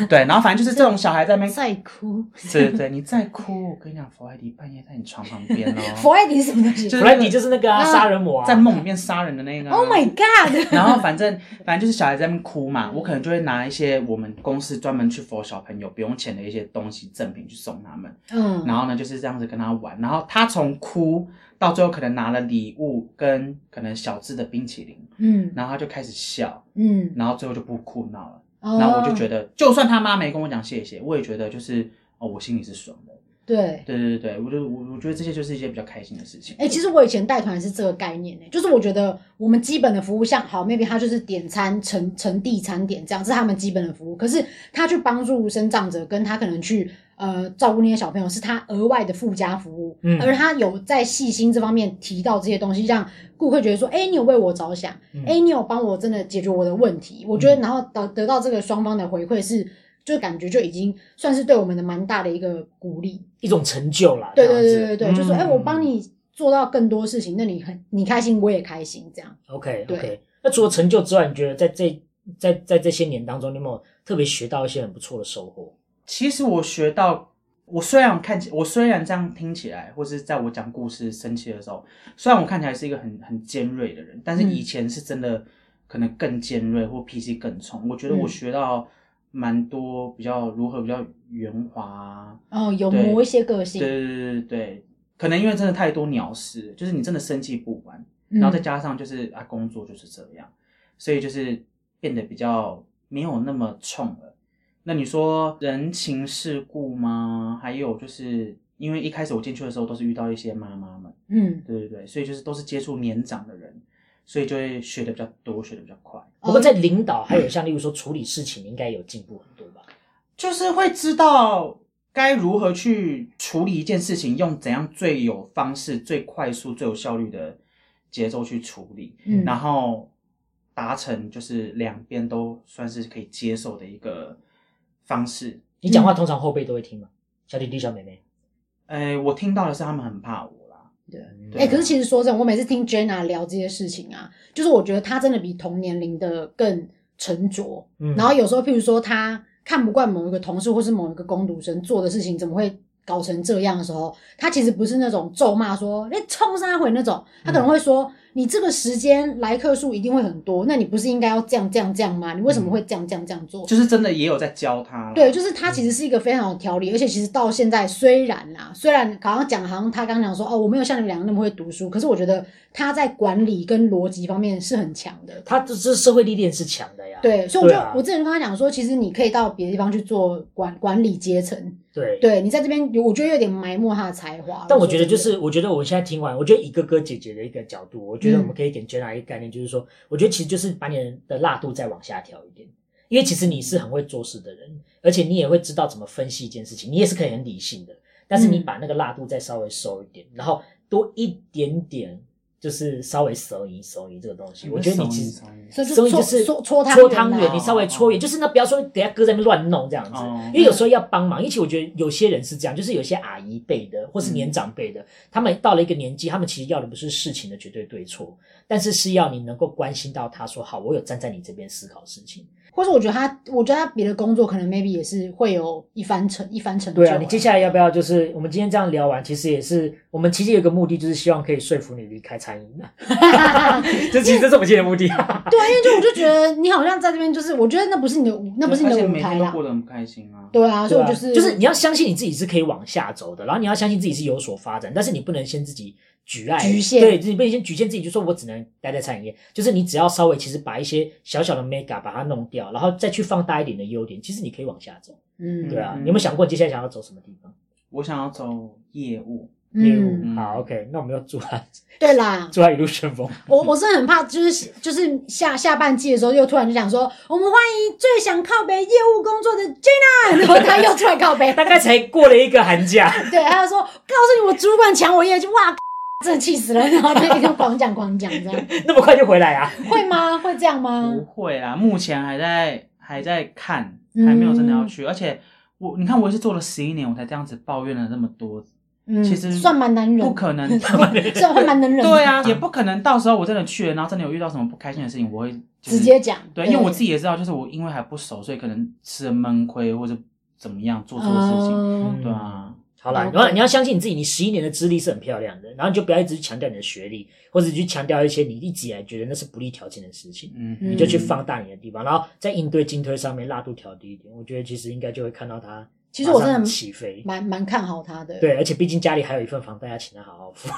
Speaker 3: 对，然后反正就是这种小孩在那边，
Speaker 1: 在哭，
Speaker 3: 对对对，你再哭，我跟你讲，弗莱迪半夜在你床旁边
Speaker 1: 弗
Speaker 3: 哦，
Speaker 1: 莱迪是什么东西
Speaker 3: 就是
Speaker 2: 弗莱迪就是那个啊
Speaker 1: 啊
Speaker 2: 杀人魔啊，
Speaker 3: 在梦里面杀人的那个啊、
Speaker 1: ？Oh my god！
Speaker 3: 然后反正反正就是小孩在那边哭嘛，我可能就会拿一些我们公司专门去 for 小朋友不用钱的一些东西赠品去送他们。
Speaker 1: 嗯
Speaker 3: 然后呢，就是这样子跟他玩。然后他从哭到最后，可能拿了礼物跟可能小智的冰淇淋，
Speaker 1: 嗯
Speaker 3: 然后他就开始笑，
Speaker 1: 嗯，哦
Speaker 3: 然后最后就不哭闹了。
Speaker 1: 然
Speaker 3: 然后我就觉得，就算他妈没跟我讲谢谢，我也觉得就是哦，我心里是爽的。
Speaker 1: 对。
Speaker 3: 对对对对，我就我我觉得这些就是一些比较开心的事情。
Speaker 1: 哎、其实我以前带团是这个概念呢、就是我觉得我们基本的服务像好，maybe 他就是点餐、盛盛地餐点这样，这是他们基本的服务。可是他去帮助生长者，跟他可能去呃照顾那些小朋友，是他额外的附加服务。
Speaker 2: 嗯
Speaker 1: 而他有在细心这方面提到这些东西，让顾客觉得说，哎、你有为我着想，
Speaker 2: 嗯
Speaker 1: 哎、你有帮我真的解决我的问题。我觉得，然后得得到这个双方的回馈是。就感觉就已经算是对我们的蛮大的一个鼓励，
Speaker 2: 一种成就啦。
Speaker 1: 对
Speaker 2: 这
Speaker 1: 对
Speaker 2: 样子
Speaker 1: 对对对，就说
Speaker 2: 嗯
Speaker 1: 哎、我帮你做到更多事情，那你很你开心，我也开心，这样。
Speaker 2: OK
Speaker 1: 对
Speaker 2: OK，那除了成就之外，你觉得在这在在这些年当中，你有没有特别学到一些很不错的收获？
Speaker 3: 其实我学到，我虽然看起，我虽然这样听起来，或是在我讲故事生气的时候，虽然我看起来是一个很很尖锐的人，但是
Speaker 1: 嗯
Speaker 3: 以前是真的可能更尖锐或脾气更冲。我觉得
Speaker 1: 嗯
Speaker 3: 我学到蛮多比较如何比较圆滑啊，
Speaker 1: 哦，有
Speaker 3: 对
Speaker 1: 磨一些个性，
Speaker 3: 对对对对对，可能因为真的太多鸟事，就是你真的生气不完，
Speaker 1: 嗯
Speaker 3: 然后再加上就是啊工作就是这样，所以就是变得比较没有那么冲了。那你说人情世故吗？还有就是因为一开始我进去的时候都是遇到一些妈妈们，
Speaker 1: 嗯，
Speaker 3: 对对对，所以就是都是接触年长的人，所以就会学的比较多，学的比较快，
Speaker 2: 不
Speaker 1: 嗯哦
Speaker 2: 过在领导还有像例如说处理事情，你应该有进步很多吧？
Speaker 3: 就是会知道该如何去处理一件事情，用怎样最有方式、最快速、最有效率的节奏去处理。
Speaker 1: 嗯
Speaker 3: 然后达成就是两边都算是可以接受的一个方式。
Speaker 2: 你讲
Speaker 1: 嗯
Speaker 2: 话通常后辈都会听吗？小弟弟、小妹妹，
Speaker 3: 哎，我听到的是他们很怕我啦。
Speaker 1: 哎、可是其实说真的，我每次听 Jenna 聊这些事情啊，就是我觉得她真的比同年龄的更沉着，
Speaker 2: 嗯
Speaker 1: 然后有时候譬如说她看不惯某一个同事或是某一个工读生做的事情，怎么会搞成这样的时候，他其实不是那种咒骂说“哎，冲杀回”那种，他可能会说、你这个时间来客数一定会很多，那你不是应该要这样这样这样吗？你为什么会这样这样这样做？
Speaker 3: 就是真的也有在教他啦。
Speaker 1: 对，就是他其实是一个非常有条理，而且其实到现在虽然啦，虽然刚刚讲好像他刚讲说哦，我没有像你们两个那么会读书，可是我觉得他在管理跟逻辑方面是很强的。
Speaker 2: 他这这社会历练是强的呀。
Speaker 1: 对，所以我就、
Speaker 2: 对啊
Speaker 1: 我之前就跟他讲说，其实你可以到别的地方去做管管理阶层，
Speaker 2: 对
Speaker 1: 对你在这边有，我觉得有点埋没他的才华。
Speaker 2: 但我觉得就
Speaker 1: 说真
Speaker 2: 是，我觉得我现在听完，我觉得以哥哥姐姐的一个角度，我觉得我
Speaker 1: 嗯
Speaker 2: 们可以给 Jenna 一个概念，就是说，我觉得其实就是把你的辣度再往下调一点，因为其实你是很会做事的人，而且你也会知道怎么分析一件事情，你也是可以很理性的，但是你
Speaker 1: 嗯
Speaker 2: 把那个辣度再稍微收一点，然后多一点点，就是稍微收一收一这个东西，我觉得你其实。
Speaker 1: 的，所以
Speaker 2: 所以
Speaker 1: 就搓
Speaker 2: 就是
Speaker 1: 搓搓
Speaker 2: 搓
Speaker 1: 汤
Speaker 2: 汤
Speaker 1: 圆
Speaker 2: 圆，
Speaker 1: 啊
Speaker 2: 你稍微搓圆，就是那不要说给他哥在那边乱弄这样子
Speaker 3: 哦，
Speaker 2: 因为有时候要帮忙。因为其实我觉得有些人是这样，就是有些阿姨辈的
Speaker 1: 嗯
Speaker 2: 或是年长辈的，他们到了一个年纪，他们其实要的不是事情的绝对对错，但是是要你能够关心到他说，好，我有站在你这边思考事情。
Speaker 1: 或者我觉得他，我觉得他别的工作可能 maybe 也是会有一番成一番成就。
Speaker 2: 对啊，你接下来要不要就是我们今天这样聊完，其实也是我们其实有一个目的，就是希望可以说服你离开餐饮、啊。
Speaker 1: [LAUGHS]
Speaker 2: [LAUGHS] 这其实这是我们今天的目的。
Speaker 1: 对，因为就我就觉得你好像在这边，就是我觉得那不是你的舞，那不是你
Speaker 3: 而
Speaker 1: 的
Speaker 3: 且
Speaker 1: 舞
Speaker 3: 每
Speaker 1: 台
Speaker 3: 天都
Speaker 1: 啦
Speaker 3: 过。得很不开心啊。
Speaker 1: 对啊，所以
Speaker 2: 对啊
Speaker 1: 我就是
Speaker 2: 就是你要相信你自己是可以往下走的，然后你要相信自己是有所发展，但是你不能先自己局碍
Speaker 1: 局限
Speaker 2: 对，你不能先局限自己，就说我只能待在餐饮业，就是你只要稍微其实把一些小小的 mega 把它弄掉，然后再去放大一点的优点，其实你可以往下走，
Speaker 1: 嗯
Speaker 2: 对啊，
Speaker 3: 嗯
Speaker 2: 你有没有想过接下来想要走什么地方？
Speaker 3: 我想要走业务，
Speaker 2: 业
Speaker 1: 嗯，
Speaker 2: 务好，OK，那我们要祝 [LAUGHS] 他
Speaker 1: 对啦，
Speaker 2: 祝他一路顺风，
Speaker 1: 我我是很怕，就是就是下下半季的时候，又突然就想说，我们欢迎最想靠北业务工作的 Jenna，然后他又出来靠北，
Speaker 2: 大概才过了一个寒假， [LAUGHS]
Speaker 1: 对，他就说，告诉你我主管抢我业绩，哇，真的气死了，然后他一个狂讲狂讲这样，
Speaker 2: 那么快就回来啊？
Speaker 1: 会吗？会这样吗
Speaker 3: 不？会啦，目前还在还在看，
Speaker 1: 嗯
Speaker 3: 还没有真的要去。而且我，你看我也是做了十一年，我才这样子抱怨了那么多，
Speaker 1: 嗯，
Speaker 3: 其实
Speaker 1: 算蛮难忍，
Speaker 3: 不
Speaker 1: [LAUGHS]
Speaker 3: 可能。
Speaker 1: 算会蛮能忍，
Speaker 3: 对，啊，也不可能。到时候我真的去了，然后真的有遇到什么不开心的事情，我会、就是
Speaker 1: 直接讲，
Speaker 3: 对，因为我自己也知道，就是我因为还不熟，所以可能吃了闷亏或者怎么样做错事情。
Speaker 1: 嗯
Speaker 3: 对啊，
Speaker 2: 好啦，
Speaker 1: OK
Speaker 2: 然后你要相信你自己，你十一年的资历是很漂亮的，然后你就不要一直强调你的学历，或者去强调一些你一直以来觉得那是不利条件的事情，
Speaker 3: 嗯，
Speaker 1: 嗯
Speaker 2: 你就去放大你的地方，然后在应对进退上面辣度调低一点，我觉得其实应该就会看到它
Speaker 1: 其实我真的
Speaker 2: 马上起飞。
Speaker 1: 蛮蛮看好他的，
Speaker 2: 对，而且毕竟家里还有一份房贷要请他好
Speaker 1: [LAUGHS]
Speaker 2: 好付。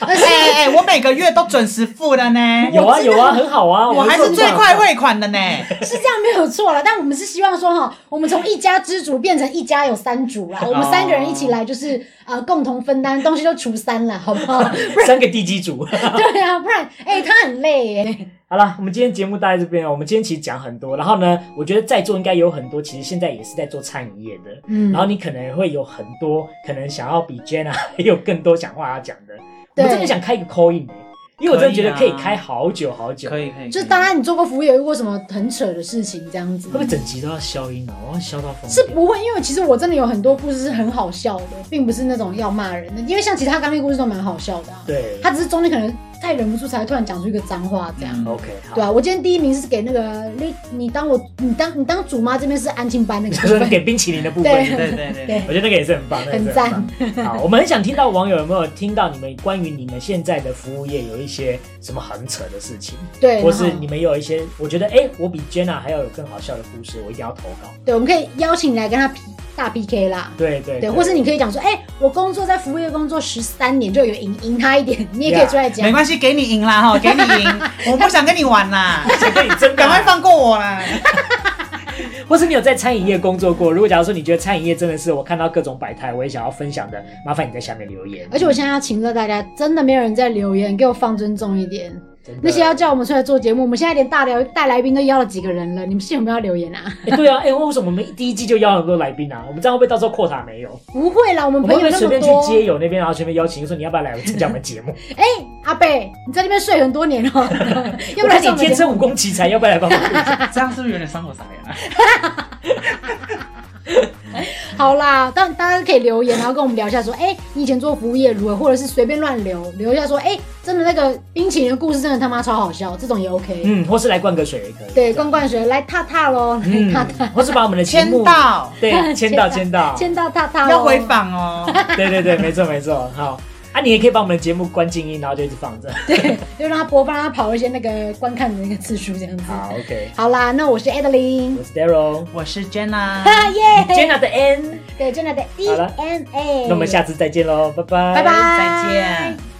Speaker 1: 而且
Speaker 3: 哎哎，我每个月都准时付的呢，
Speaker 2: 有啊有啊，很好啊，
Speaker 3: 我
Speaker 2: 们
Speaker 3: 还是
Speaker 2: 做
Speaker 3: 最
Speaker 2: 不到
Speaker 3: 快。汇款的呢。
Speaker 1: 是这样没有错了，但我们是希望说哈，我们从一家之主变成一家有三主啦，我们三个人一起来就是呃共同分担东西就除三了，好不好？
Speaker 2: 三个地基组。 [LAUGHS]
Speaker 1: 对啊，不然哎、他很累耶。
Speaker 2: 好了，我们今天节目大概这边哦。我们今天其实讲很多，然后呢，我觉得在座应该有很多，其实现在也是在做餐饮业的，
Speaker 1: 嗯
Speaker 2: 然后你可能会有很多可能想要比 Jenna 还有更多想话要讲的。我
Speaker 1: 对
Speaker 2: 们真的想开一个 call in，、欸、因为我真的觉得可以
Speaker 3: 可以啊
Speaker 2: 开好久好久。
Speaker 3: 可以可以，
Speaker 1: 就是
Speaker 3: 可以
Speaker 1: 当然你做过服务业，遇过什么很扯的事情这样子
Speaker 2: 会不，会整集都要消音啊？我要消到疯
Speaker 1: 是
Speaker 2: 掉。
Speaker 1: 不会，因为其实我真的有很多故事是很好笑的，并不是那种要骂人的，因为像其他刚那故事都蛮好笑的、啊，
Speaker 2: 对
Speaker 1: 他只是中间可能太忍不住才会突然讲出一个脏话这样。
Speaker 3: 嗯
Speaker 2: ，OK，好。
Speaker 1: 对啊，我今天第一名是给那个你，你当我你当你当主妈这边是安庆班那个
Speaker 2: 就
Speaker 1: 部
Speaker 2: 是
Speaker 1: 分，
Speaker 2: 给冰淇淋的部
Speaker 1: 对
Speaker 2: 分，
Speaker 3: 对对对
Speaker 1: 对
Speaker 3: 对。
Speaker 2: 我觉得那个也是很棒，那个也是棒。好，我们很想听到网友有没有听到你们关于你们现在的服务业有一些什么很扯的事情，
Speaker 1: 对，
Speaker 2: 或
Speaker 1: 然后
Speaker 2: 是你们有一些我觉得哎、诶我比 Jenna 还要有更好笑的故事，我一定要投稿。
Speaker 1: 对，我们可以邀请你来跟他 P 大 PK 啦。
Speaker 2: 对对
Speaker 1: 对，或是你可以讲说，哎、我工作在服务业工作十三年，就有赢赢他一点，你也可以
Speaker 2: Yeah，
Speaker 1: 出来讲
Speaker 3: 没关系，给你赢啦哈，给你赢，我不想跟你玩啦，
Speaker 2: 想跟你争
Speaker 3: 赶快
Speaker 2: 吧。
Speaker 3: 放过我啦。
Speaker 2: 或是你有在餐饮业工作过，如果假如说你觉得餐饮业真的是我看到各种百态，我也想要分享的，麻烦你在下面留言。
Speaker 1: 而且我现在要请到大家，真的没有人在留言，给我放尊重一点。
Speaker 2: 真的
Speaker 1: 那些要叫我们出来做节目，我们现在连大聊大来宾都邀了几个人了，你们是有没有要留言啊？
Speaker 2: 哎对啊，哎、为什么我们第一季就邀了很多来宾啊？我们这样会不会到时候扩塔没有？
Speaker 1: 不会啦，我们
Speaker 2: 我
Speaker 1: 朋友
Speaker 2: 们会不会
Speaker 1: 那
Speaker 2: 随
Speaker 1: 么
Speaker 2: 便去
Speaker 1: 多。
Speaker 2: 街友那边，然后随便邀请说你要不要来我参加我们节目？
Speaker 1: 哎、阿贝，你在那边睡很多
Speaker 2: [LAUGHS]
Speaker 1: 年哦、 [LAUGHS] 要不
Speaker 2: 我
Speaker 1: 然
Speaker 2: 看你天生
Speaker 1: [LAUGHS]
Speaker 2: 武功奇才，要不要来帮我们录一下？
Speaker 3: 这样是不是有点伤我啥呀？
Speaker 1: 好啦，但大家可以留言，然后跟我们聊一下说，哎、你以前做服务业如何，或者是随便乱留留一下说，哎、真的那个冰淇淋的故事真的他妈超好笑，这种也 OK。
Speaker 2: 嗯，或是来灌个水也可以。
Speaker 1: 对，罐罐学来踏踏喽，来 [LAUGHS]
Speaker 2: 嗯
Speaker 1: 踏踏，，
Speaker 2: 或是把我们的节
Speaker 3: 签
Speaker 2: 目
Speaker 3: 到
Speaker 2: [LAUGHS]
Speaker 1: [LAUGHS]
Speaker 2: 对签到签
Speaker 1: 签
Speaker 2: 到，
Speaker 1: 签到踏踏咯
Speaker 3: 要回。访哦。
Speaker 2: 对对对，没错没错，好啊，你也可以把我们的节目关静音，然后就一直放着。
Speaker 1: 对，就让他播放，让他跑一些那个观看的那个次数这样子。
Speaker 2: 好，OK，
Speaker 1: 好啦，那我是 Adeline，
Speaker 2: 我是 Daryl，
Speaker 3: 我是
Speaker 1: [LAUGHS]
Speaker 3: Jenna，
Speaker 1: 哈
Speaker 2: 嗯
Speaker 1: 耶，
Speaker 2: Jenna 的 N，
Speaker 1: 对，真的的 E
Speaker 2: 好了
Speaker 1: N A。
Speaker 2: 那我们下次再见喽，拜拜，
Speaker 1: 拜拜
Speaker 3: 再见。